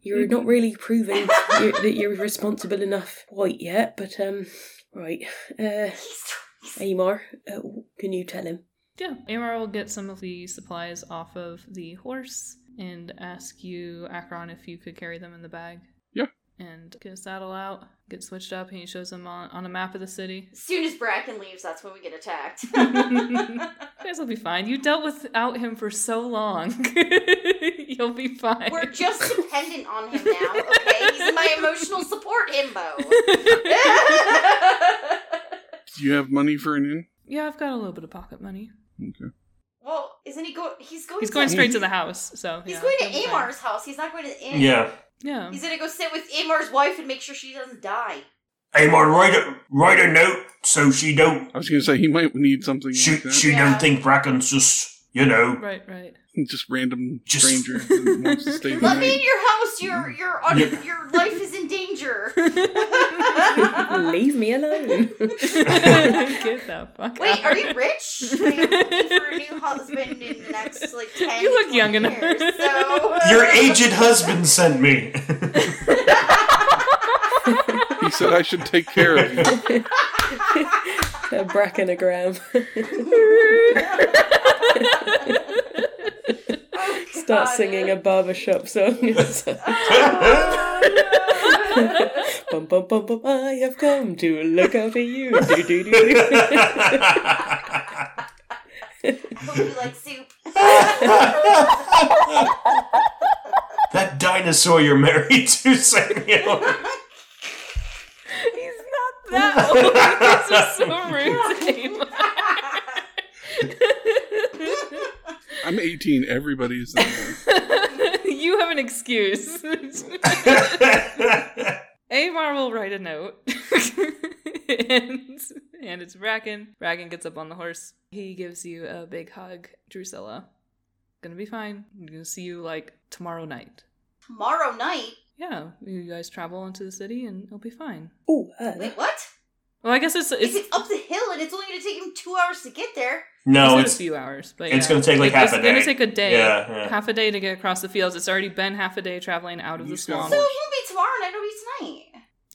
Speaker 3: You're not really proving you that you're responsible enough quite yet, but um, right. Uh, Amar, uh, can you tell him? [laughs]
Speaker 2: Yeah, Amar will get some of the supplies off of the horse and ask you, Akron, if you could carry them in the bag.
Speaker 5: Yeah.
Speaker 2: And get a saddle out, get switched up, and he shows them on, on a map of the city.
Speaker 4: As soon as Bracken leaves, that's when we
Speaker 2: [laughs]
Speaker 4: get attacked. [laughs]
Speaker 2: You guys will be fine. You dealt without him for so long. [laughs] You'll be fine.
Speaker 4: We're just dependent on him now, okay? He's my emotional support himbo.
Speaker 2: [laughs]
Speaker 5: Do you have money for an inn?
Speaker 2: [laughs] yeah, I've got a little bit of pocket money.
Speaker 5: Okay.
Speaker 4: well, isn't he going? He's going.
Speaker 2: He's
Speaker 4: to-
Speaker 2: going straight to the house, so
Speaker 4: He's
Speaker 2: yeah,
Speaker 4: going
Speaker 2: he'll be
Speaker 4: to
Speaker 2: fine.
Speaker 4: Amar's house. He's not going to the inn.
Speaker 1: Yeah.
Speaker 2: Yeah.
Speaker 4: He's gonna go sit with Amar's wife and make sure she doesn't
Speaker 1: [clears throat]
Speaker 4: die.
Speaker 1: Amar, write a, write a note so she don't
Speaker 5: I was going to say he might need something
Speaker 1: she,
Speaker 5: like that.
Speaker 1: she
Speaker 4: Yeah.
Speaker 1: don't think Bracken's just you
Speaker 2: [laughs]
Speaker 1: know
Speaker 2: Right,
Speaker 4: [laughs]
Speaker 2: right.
Speaker 5: Just random
Speaker 1: Just-
Speaker 5: stranger
Speaker 1: [laughs]
Speaker 5: that wants to stay the
Speaker 4: Let me
Speaker 5: night.
Speaker 4: in your house. Your your on,
Speaker 1: Yeah.
Speaker 4: your life is in danger.
Speaker 2: [laughs]
Speaker 4: [laughs]
Speaker 3: Leave me alone.
Speaker 2: get that fuck
Speaker 4: Wait,
Speaker 2: out.
Speaker 4: are you rich?
Speaker 2: [laughs]
Speaker 4: Are you looking for a new husband in the next like ten?
Speaker 2: You look
Speaker 4: 20
Speaker 2: young enough. [laughs]
Speaker 4: years, So
Speaker 1: your aged husband sent me. [laughs]
Speaker 5: He said I should take care of you.
Speaker 3: a brackenogram.
Speaker 4: [laughs] Oh,
Speaker 3: Start
Speaker 4: God.
Speaker 3: singing
Speaker 4: [laughs]
Speaker 3: a barbershop song. [laughs]
Speaker 4: Oh,
Speaker 3: bum, bum, bum, bum, I have come to look after you.
Speaker 1: [laughs]
Speaker 3: Do, do, do, do.
Speaker 4: I hope you like soup. [laughs]
Speaker 1: that dinosaur you're married [laughs] to, Samuel.
Speaker 8: He's not that old.
Speaker 2: [laughs] this is so rude,
Speaker 5: I'm 18. Everybody's in there.
Speaker 2: Same. [laughs] you have
Speaker 8: [laughs]
Speaker 2: an excuse. Amar will write a note. and, and it's Racken. Racken gets up on the horse. He gives you a big hug, Drusilla. Gonna be fine. I'm gonna see you like tomorrow night.
Speaker 4: Tomorrow night?
Speaker 2: Yeah, you guys travel into the city and it'll be fine.
Speaker 3: Oh, uh,
Speaker 4: Wait, what?
Speaker 2: Well, I guess it's
Speaker 4: Is
Speaker 2: it's,
Speaker 8: [laughs]
Speaker 4: it up the hill and it's only going to take him two hours to get there?
Speaker 1: no,
Speaker 2: in
Speaker 1: it's
Speaker 2: a few hours, but
Speaker 1: it's
Speaker 2: yeah.
Speaker 1: gonna take, like, half a
Speaker 2: it's gonna
Speaker 1: day.
Speaker 2: take a day,
Speaker 1: Yeah, yeah.
Speaker 2: half a day to get across the fields. It's already been half a day traveling out of
Speaker 5: You
Speaker 2: the
Speaker 5: still-
Speaker 4: So
Speaker 2: swamp.
Speaker 4: it won't be tomorrow night,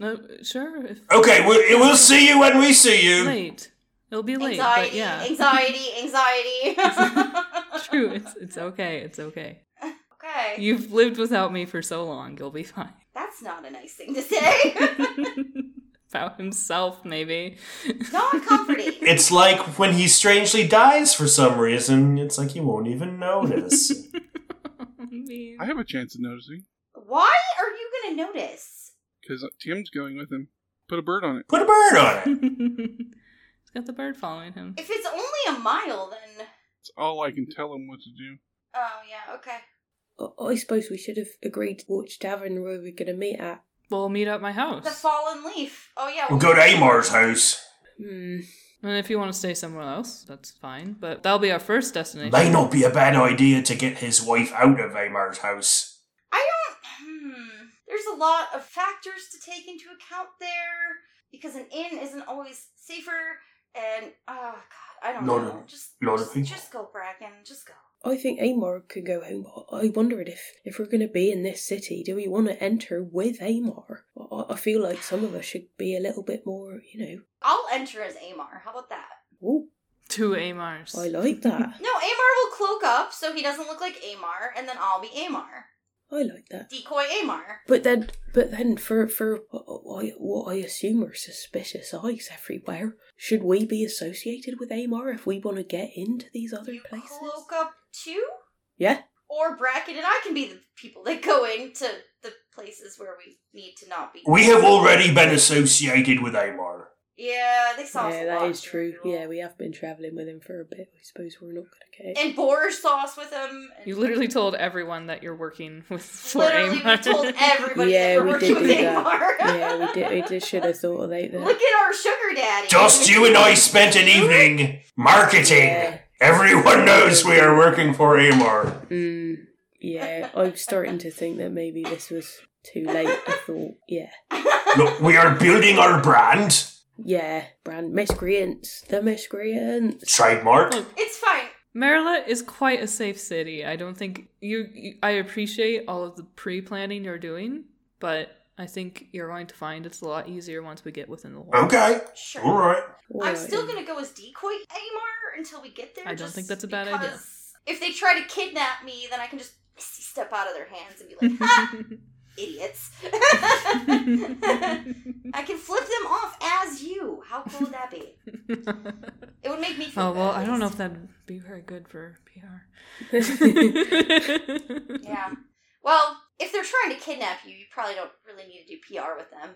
Speaker 4: it'll
Speaker 2: No,
Speaker 4: be tonight.
Speaker 2: sure, if
Speaker 1: okay. We, we'll see you when we see you.
Speaker 2: late, it'll be late.
Speaker 4: anxiety,
Speaker 2: but yeah,
Speaker 4: anxiety, anxiety.
Speaker 2: [laughs] true. [laughs] It's it's okay. It's okay.
Speaker 4: [laughs] Okay.
Speaker 2: You've lived without me for so long. You'll be fine. [laughs]
Speaker 4: That's not a nice thing to say. [laughs]
Speaker 2: About himself, maybe. [laughs]
Speaker 4: not
Speaker 1: [laughs]
Speaker 4: comforting.
Speaker 1: It's like when he strangely dies for some reason. It's like you won't even notice.
Speaker 2: Maybe.
Speaker 5: I have a chance of noticing
Speaker 4: Why are you going to notice?
Speaker 5: because Tim's going with him. Put a bird on it.
Speaker 1: Put a bird on it.
Speaker 2: [laughs] He's got the bird following him.
Speaker 4: If it's only a mile, then.
Speaker 5: It's all I can tell him what to do.
Speaker 4: Oh, yeah, okay.
Speaker 3: I- I suppose we should have agreed which tavern we were going to meet at.
Speaker 2: We'll meet at my house.
Speaker 4: The fallen leaf. Oh, yeah.
Speaker 1: We'll go to Amar's house.
Speaker 3: Hmm.
Speaker 2: And if you want to stay somewhere else, that's fine. But that'll be our first destination.
Speaker 1: May not be a bad idea to get his wife out of Amar's house.
Speaker 4: I don't. Hmm. There's a lot of factors to take into account there because an inn isn't always safer, and oh god, I don't
Speaker 1: Lot
Speaker 4: know.
Speaker 1: of-
Speaker 4: just,
Speaker 1: lot of
Speaker 4: just,
Speaker 1: people.
Speaker 4: just go, Bracken. Just go.
Speaker 3: I think Amor could go home, but I wondered if, if we're going to be in this city, do we want to enter with Amor? I- I, I feel like some of us should be a little bit more, you
Speaker 4: I'll enter as Amar. How about that?
Speaker 3: know. Ooh,
Speaker 2: Two
Speaker 4: Mm-hmm.
Speaker 2: Amars.
Speaker 3: I like that.
Speaker 4: No, Amar will cloak up so he doesn't look like Amar, and then I'll be Amar.
Speaker 3: I like that.
Speaker 4: Decoy Amar.
Speaker 3: But then, but then, for for what I- what I assume are suspicious eyes everywhere, should we be associated with Amor if we want to get into these other
Speaker 4: You
Speaker 3: places?
Speaker 4: cloak up too?
Speaker 3: Yeah.
Speaker 4: Or Bracken and I can be the people that go into the places where we need to not be.
Speaker 1: We have already been associated with Amar.
Speaker 4: Yeah, they saw us.
Speaker 3: yeah,
Speaker 4: a
Speaker 3: that
Speaker 4: lot
Speaker 3: is true.
Speaker 4: too.
Speaker 3: Yeah, we have been traveling with him for a bit. I suppose we're not going to get.
Speaker 4: and boar sauce with him. And
Speaker 2: You literally told everyone that you're working with [laughs] for
Speaker 4: literally we
Speaker 2: Amar.
Speaker 3: [laughs]
Speaker 4: told everybody
Speaker 3: Yeah,
Speaker 4: that we're
Speaker 3: we
Speaker 4: working
Speaker 3: did
Speaker 4: with
Speaker 3: do that.
Speaker 4: Amar.
Speaker 3: yeah, we did. We just should
Speaker 4: [laughs]
Speaker 3: have thought of that.
Speaker 4: Look at our sugar daddy.
Speaker 1: Just you and I spent an evening marketing.
Speaker 3: Yeah.
Speaker 1: Everyone knows we are working for Amar.
Speaker 3: Mm, yeah, I'm starting to think that maybe this was too late. I thought, yeah,
Speaker 1: Look, we are building our brand.
Speaker 3: yeah, brand miscreants, the miscreants.
Speaker 1: Trademark.
Speaker 2: Look,
Speaker 4: it's fine.
Speaker 2: [laughs] Merla is quite a safe city. I don't think you, you. I appreciate all of the pre-planning you're doing, but I think you're going to find it's a lot easier once we get within the walls.
Speaker 1: Okay.
Speaker 4: Sure.
Speaker 1: All right.
Speaker 4: I'm
Speaker 3: Alright.
Speaker 4: still gonna go as decoy Amar until we get there.
Speaker 2: I don't
Speaker 4: just
Speaker 2: think that's a bad
Speaker 4: because
Speaker 2: idea.
Speaker 4: If they try to kidnap me, then I can just step out of their hands and
Speaker 2: [laughs]
Speaker 4: be like, "Ha, idiots!" [laughs] I can flip them off as you. How cool would that be? It would make me.
Speaker 2: [laughs]
Speaker 4: Feel
Speaker 2: oh well,
Speaker 4: bad,
Speaker 2: I
Speaker 4: at
Speaker 2: don't know
Speaker 4: least.
Speaker 2: if that'd be very good for [laughs] PR.
Speaker 4: [laughs] Yeah. Well, if they're trying to kidnap you, you probably don't really need to do PR with them.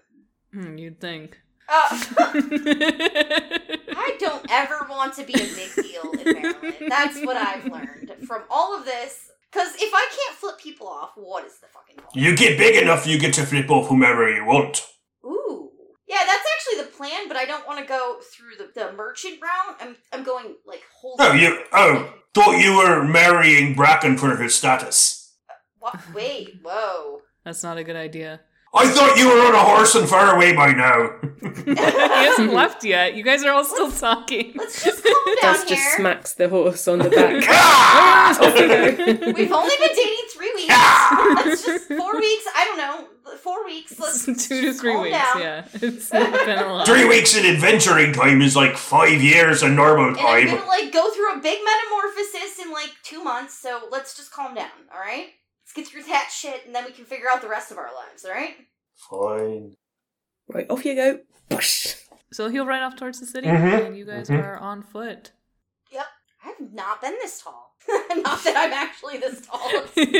Speaker 2: Hmm, you'd
Speaker 4: [laughs]
Speaker 2: think. [laughs]
Speaker 4: Uh, I don't ever want to be a big deal in Maryland. That's what I've learned from all of this. Because if I can't flip people off, what is the fucking point?
Speaker 1: You get big enough, you get to flip off whomever you want.
Speaker 4: Ooh. Yeah, that's actually the plan, but I don't want to go through the, the merchant route. I'm I'm going like whole.
Speaker 1: Oh, you. Oh, thought you were marrying Bracken for his status.
Speaker 4: Wha- Wait, whoa. [laughs]
Speaker 2: That's not a good idea.
Speaker 1: I thought you were on a horse and far away by now.
Speaker 2: he hasn't left yet. You guys are all still talking. [laughs]
Speaker 4: Let's [laughs] just calm down
Speaker 3: Das just
Speaker 4: here.
Speaker 3: smacks the horse on the
Speaker 4: [laughs]
Speaker 3: back.
Speaker 2: [laughs]
Speaker 4: We've only been dating three weeks.
Speaker 1: [laughs]
Speaker 4: Let's just four weeks. I don't know. Four weeks. Let's
Speaker 2: Two to
Speaker 4: just
Speaker 2: three
Speaker 4: calm
Speaker 2: weeks.
Speaker 4: down.
Speaker 2: Yeah, [laughs] it's not been a lot.
Speaker 1: Three weeks in adventuring time is like five years in normal
Speaker 4: And I'm
Speaker 1: time.
Speaker 4: gonna like go through a big metamorphosis in like two months, so let's just calm down, alright? Let's get through that shit and then we can figure out the rest of our lives, alright?
Speaker 1: Fine.
Speaker 3: right, off you go. Push.
Speaker 2: So he'll ride off towards the city,
Speaker 1: Mhm.
Speaker 2: and you guys
Speaker 4: [laughs]
Speaker 1: Mhm.
Speaker 2: are on foot.
Speaker 4: I have not been this tall. [laughs] Not that I'm actually this tall.
Speaker 2: yeah.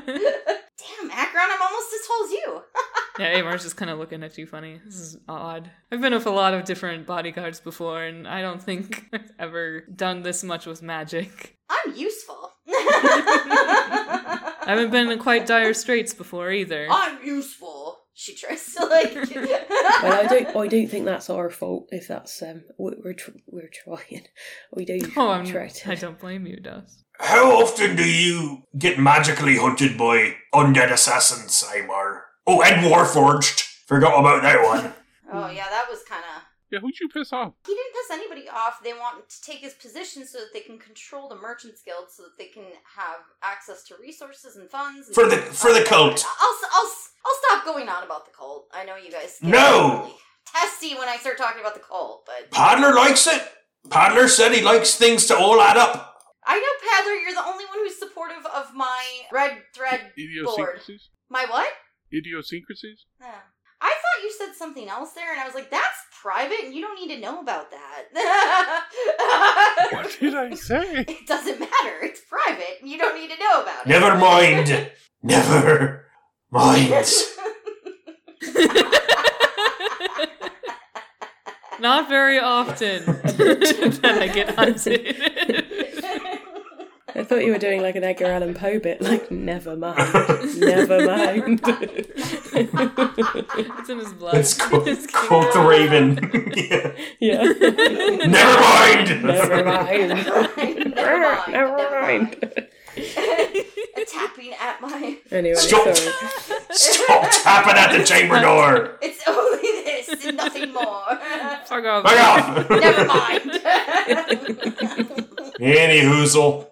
Speaker 4: Damn, Akron, I'm almost as tall as you.
Speaker 2: [laughs] Yeah, Amar's just kind of looking at you funny. This is odd. I've been with a lot of different bodyguards before, and I don't think [laughs] I've ever done this much with magic.
Speaker 4: I'm useful.
Speaker 2: I haven't
Speaker 4: [laughs]
Speaker 2: been in quite dire straits before either.
Speaker 4: I'm useful. She tries to
Speaker 2: [laughs]
Speaker 4: like.
Speaker 3: Well, I don't.
Speaker 2: oh,
Speaker 3: I don't think that's our fault. If that's um, we're we're, tr- we're trying. [laughs] We do
Speaker 2: Oh, I'm,
Speaker 3: try
Speaker 2: I
Speaker 3: to.
Speaker 2: don't blame you, Dust.
Speaker 7: How often do you get magically hunted by undead assassins, Imar? Oh, and Warforged. Forgot about that
Speaker 3: [laughs]
Speaker 7: one.
Speaker 4: Oh yeah, that was kind of.
Speaker 5: Yeah, who'd you piss off?
Speaker 4: He didn't piss anybody off. They want to take his position so that they can control the Merchants Guild, so that they can have access to resources and funds. and
Speaker 7: For the-
Speaker 4: things
Speaker 7: for the
Speaker 4: like that.
Speaker 7: cult.
Speaker 4: I'll, I'll I'll stop going on about the cult. I know you guys. get
Speaker 7: No!
Speaker 4: really testy when I start talking about the cult, but
Speaker 7: Padler likes it. Padler said he likes things to all add up.
Speaker 4: I know Pather, you're the only one who's supportive of my red thread.
Speaker 5: Idiosyncrasies?
Speaker 4: My what?
Speaker 5: Idiosyncrasies?
Speaker 4: Oh. I thought you said something else there, and I was like, "That's private, and you don't need to know about
Speaker 5: [laughs]
Speaker 4: that." [laughs]
Speaker 5: What did I say?
Speaker 4: It doesn't matter. It's private. and You don't need to know about it. [laughs]
Speaker 7: Never
Speaker 3: [laughs]
Speaker 7: mind. Never mind.
Speaker 2: [laughs] Not very often [laughs] that I get hunted.
Speaker 3: I thought you were doing like an Edgar Allan Poe bit. Like never mind, never mind.
Speaker 2: [laughs] it's in his blood. [laughs]
Speaker 3: [laughs]
Speaker 1: It's quote,
Speaker 2: It's
Speaker 1: quote the Raven. Yeah.
Speaker 3: yeah.
Speaker 7: [laughs] Never mind.
Speaker 3: never mind.
Speaker 4: never mind.
Speaker 3: Never mind.
Speaker 4: It's [laughs] tapping at my.
Speaker 3: Anyway,
Speaker 7: Stop.
Speaker 3: sorry.
Speaker 7: [laughs] Stop tapping at the chamber door.
Speaker 4: It's only this and nothing more.
Speaker 2: [laughs] Fuck off.
Speaker 7: Back off.
Speaker 4: never mind.
Speaker 7: [laughs] Any hoozle.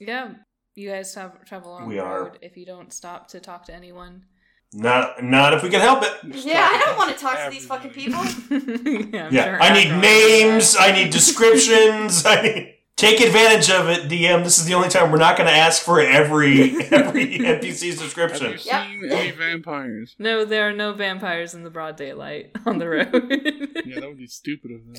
Speaker 2: Yeah, you guys tra- travel along
Speaker 1: We
Speaker 2: the
Speaker 1: are.
Speaker 2: road if you don't stop to talk to anyone.
Speaker 7: Not, not if we can help it.
Speaker 4: yeah, I don't want to talk to these fucking people.
Speaker 2: yeah, I'm
Speaker 1: Yeah,
Speaker 2: sure
Speaker 7: I need
Speaker 2: Akron-
Speaker 7: names. I
Speaker 2: [laughs]
Speaker 7: need descriptions. I need... Take advantage of it, DM. This is the only time we're not going to ask for every every NPC's
Speaker 5: Have
Speaker 7: description.
Speaker 5: you seen any vampires?
Speaker 2: [laughs] No, there are no vampires in the broad daylight on the road.
Speaker 5: [laughs]
Speaker 2: [laughs]
Speaker 5: Yeah, that would be stupid of them.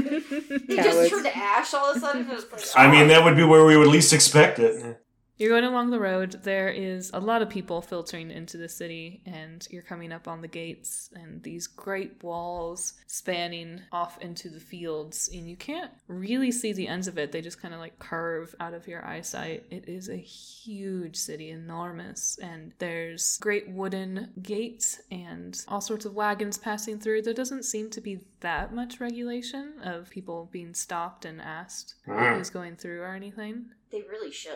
Speaker 4: They
Speaker 3: Cowards.
Speaker 4: just turned to ash all of a sudden. It was like, "Oh,
Speaker 7: I mean, that would be where we would least expect it.
Speaker 2: you're going along the road. There is a lot of people filtering into the city, and you're coming up on the gates and these great walls spanning off into the fields, and you can't really see the ends of it. They just kind of like curve out of your eyesight. It is a huge city, enormous, and there's great wooden gates and all sorts of wagons passing through. There doesn't seem to be that much regulation of people being stopped and asked
Speaker 7: Mm.
Speaker 2: who's going through or anything.
Speaker 4: they really should.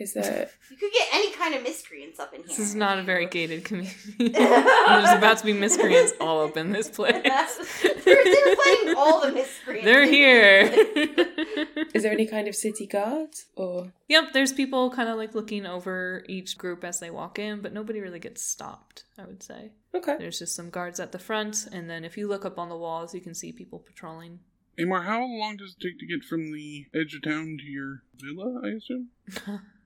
Speaker 3: Is that
Speaker 4: You could get any kind of miscreants up in here.
Speaker 2: This is not a very gated
Speaker 4: [laughs]
Speaker 2: community. And There's about to be miscreants all up in this place.
Speaker 4: they're, they're playing all the miscreants.
Speaker 2: They're here. [laughs]
Speaker 3: is there any kind of city guards or
Speaker 2: yep, there's people kind of like looking over each group as they walk in, but nobody really gets stopped, I would say.
Speaker 3: okay?
Speaker 2: There's just some guards at the front, and then if you look up on the walls, you can see people
Speaker 4: [laughs]
Speaker 2: patrolling.
Speaker 5: [laughs]
Speaker 2: [laughs]
Speaker 5: Amar, how long does it take to get from the edge of town to your villa, I assume?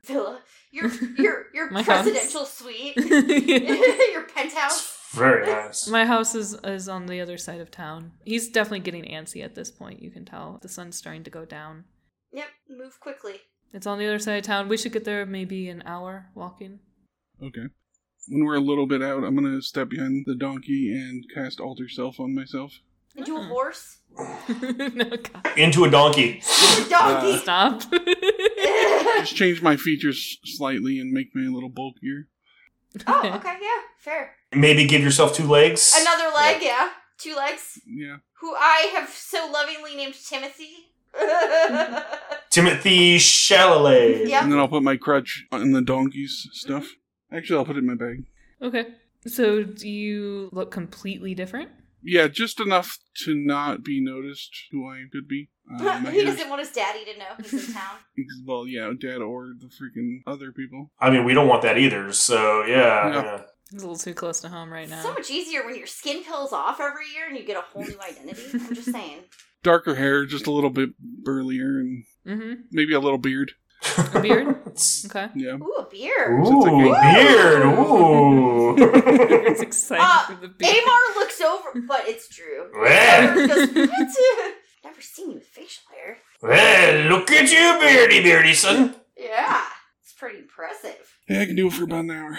Speaker 4: Villa, your your your
Speaker 2: My house.
Speaker 4: presidential suite, [laughs]
Speaker 2: My
Speaker 4: your penthouse.
Speaker 7: Very nice.
Speaker 2: house is, is on the other side of town. He's definitely getting antsy at this point, you can tell. The sun's starting to go down.
Speaker 4: Yep, move quickly.
Speaker 2: It's on the other side of town. We should get there maybe an hour walking. [laughs]
Speaker 5: Okay. When we're a little bit out, I'm gonna step behind the donkey and cast alter self on myself.
Speaker 4: Into a
Speaker 2: Mm.
Speaker 4: horse,
Speaker 2: no, God,
Speaker 7: Into a donkey.
Speaker 4: a donkey.
Speaker 2: stop. [laughs]
Speaker 5: Just change my features slightly and make me a little bulkier.
Speaker 2: [laughs]
Speaker 4: [laughs] oh, okay, yeah, fair.
Speaker 7: Maybe give yourself two legs.
Speaker 4: Another leg, yeah, two legs.
Speaker 5: Yeah.
Speaker 4: Who I have so lovingly named Timothy. [laughs]
Speaker 7: Timothy Chalalet.
Speaker 4: [laughs] Yep.
Speaker 5: And then I'll put my crutch in the donkey's stuff. Actually, I'll put it in my bag.
Speaker 2: Okay. So do you look completely different?
Speaker 5: Yeah, just enough to not be noticed who I could be.
Speaker 4: [laughs]
Speaker 5: Uh, my
Speaker 4: he
Speaker 5: hair's-
Speaker 4: doesn't want his daddy to know he's
Speaker 2: [laughs]
Speaker 4: in town.
Speaker 5: well, yeah, dad or the freaking other people.
Speaker 7: I mean, we don't want that either. So yeah.
Speaker 5: No.
Speaker 7: yeah.
Speaker 2: It's a little too close to home right
Speaker 4: It's
Speaker 2: now.
Speaker 4: So much easier when your skin peels off every year and you get a whole new identity.
Speaker 2: [laughs]
Speaker 4: I'm just saying.
Speaker 5: Darker hair, just a little bit burlier, and
Speaker 2: mm-hmm.
Speaker 5: maybe a little beard.
Speaker 2: A beard?
Speaker 7: [laughs] It's-
Speaker 2: Okay.
Speaker 5: Yeah.
Speaker 4: Ooh, a beer.
Speaker 7: Ooh, beard. Ooh.
Speaker 2: [laughs] it's excited
Speaker 4: Uh,
Speaker 2: for the beard.
Speaker 4: Amar
Speaker 1: [laughs]
Speaker 4: looks over, but it's Drew.
Speaker 7: Yeah.
Speaker 4: [laughs] Amar goes, what? I've never seen you with facial hair.
Speaker 1: Well, look at you, beardy beardy son.
Speaker 4: Yeah, it's pretty impressive.
Speaker 5: Yeah, I can do it for about an hour.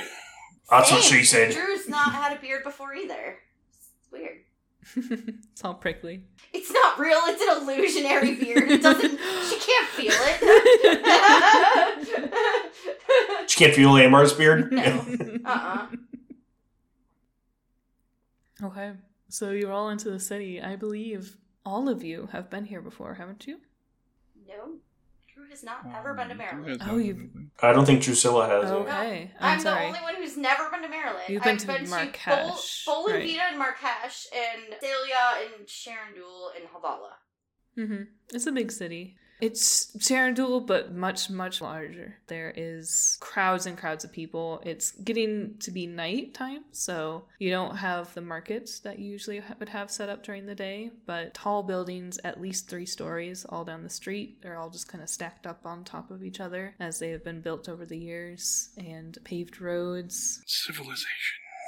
Speaker 1: That's what
Speaker 4: Dang,
Speaker 1: she said.
Speaker 4: Drew's not had a beard before either. It's weird.
Speaker 2: [laughs] it's all prickly.
Speaker 4: [laughs] It's not real. It's an illusionary beard. It doesn't. she can't feel
Speaker 2: [laughs]
Speaker 4: it.
Speaker 1: She can't feel Lamar's
Speaker 2: [laughs]
Speaker 1: beard.
Speaker 4: No. [laughs] uh-uh.
Speaker 2: Okay, so you're all into the city. I believe all of you have been here before, haven't you?
Speaker 4: No, Drew has not ever been to
Speaker 5: Um,
Speaker 4: Maryland.
Speaker 5: that's
Speaker 2: Oh,
Speaker 5: not
Speaker 2: you-
Speaker 5: really-
Speaker 1: I don't think Drusilla has.
Speaker 2: Oh.
Speaker 1: it.
Speaker 2: Okay,
Speaker 4: I'm,
Speaker 2: I'm sorry.
Speaker 4: the only one who's never been to Maryland.
Speaker 2: You've been
Speaker 4: I've
Speaker 2: to
Speaker 4: been
Speaker 2: Marrakesh,
Speaker 4: to Bol- Bolivia
Speaker 2: right.
Speaker 4: and Marrakesh and Celia and Sharandul and Havala.
Speaker 2: Mm-hmm. It's a big city. It's Sharandul, but much, much larger. There is crowds and crowds of people. It's getting to be nighttime, so you don't have the markets that you usually ha- would have set up during the day, but tall buildings, at least three stories, all down the street. They're all just kind of stacked up on top of each other as they have been built over the years, and paved roads.
Speaker 5: Civilization.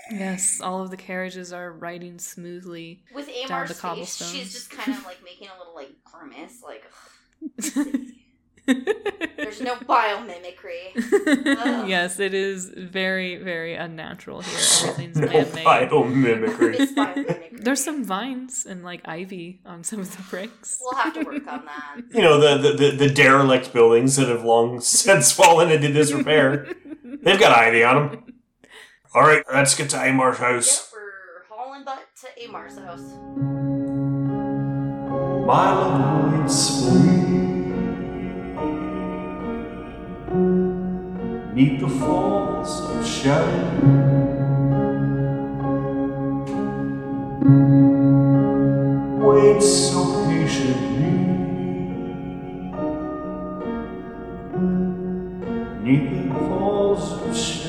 Speaker 2: Yes, all of the carriages are riding smoothly. [laughs]
Speaker 4: With
Speaker 2: Down the
Speaker 4: Amar's face,
Speaker 2: cobblestones.
Speaker 4: she's just
Speaker 2: [laughs]
Speaker 4: kind of like making a little like grimace, like there's
Speaker 2: There's [laughs]
Speaker 4: no biomimicry.
Speaker 2: yes, it is very, very unnatural here.
Speaker 1: [laughs]
Speaker 2: Everything's
Speaker 1: No
Speaker 2: man-made.
Speaker 1: vital mimicry.
Speaker 4: It's biomimicry.
Speaker 2: There's some vines and like ivy on some of the bricks.
Speaker 4: We'll have to work on that.
Speaker 1: You know the, the, the, the derelict buildings that have long [laughs] since fallen into disrepair. They've got ivy on them. All right, let's get to Amar's
Speaker 4: Yep,
Speaker 1: house.
Speaker 4: we're hauling butt to Amar's house.
Speaker 1: My love, it's free. Neath the falls of shadow. Wait so patiently. Neath the falls of shadow.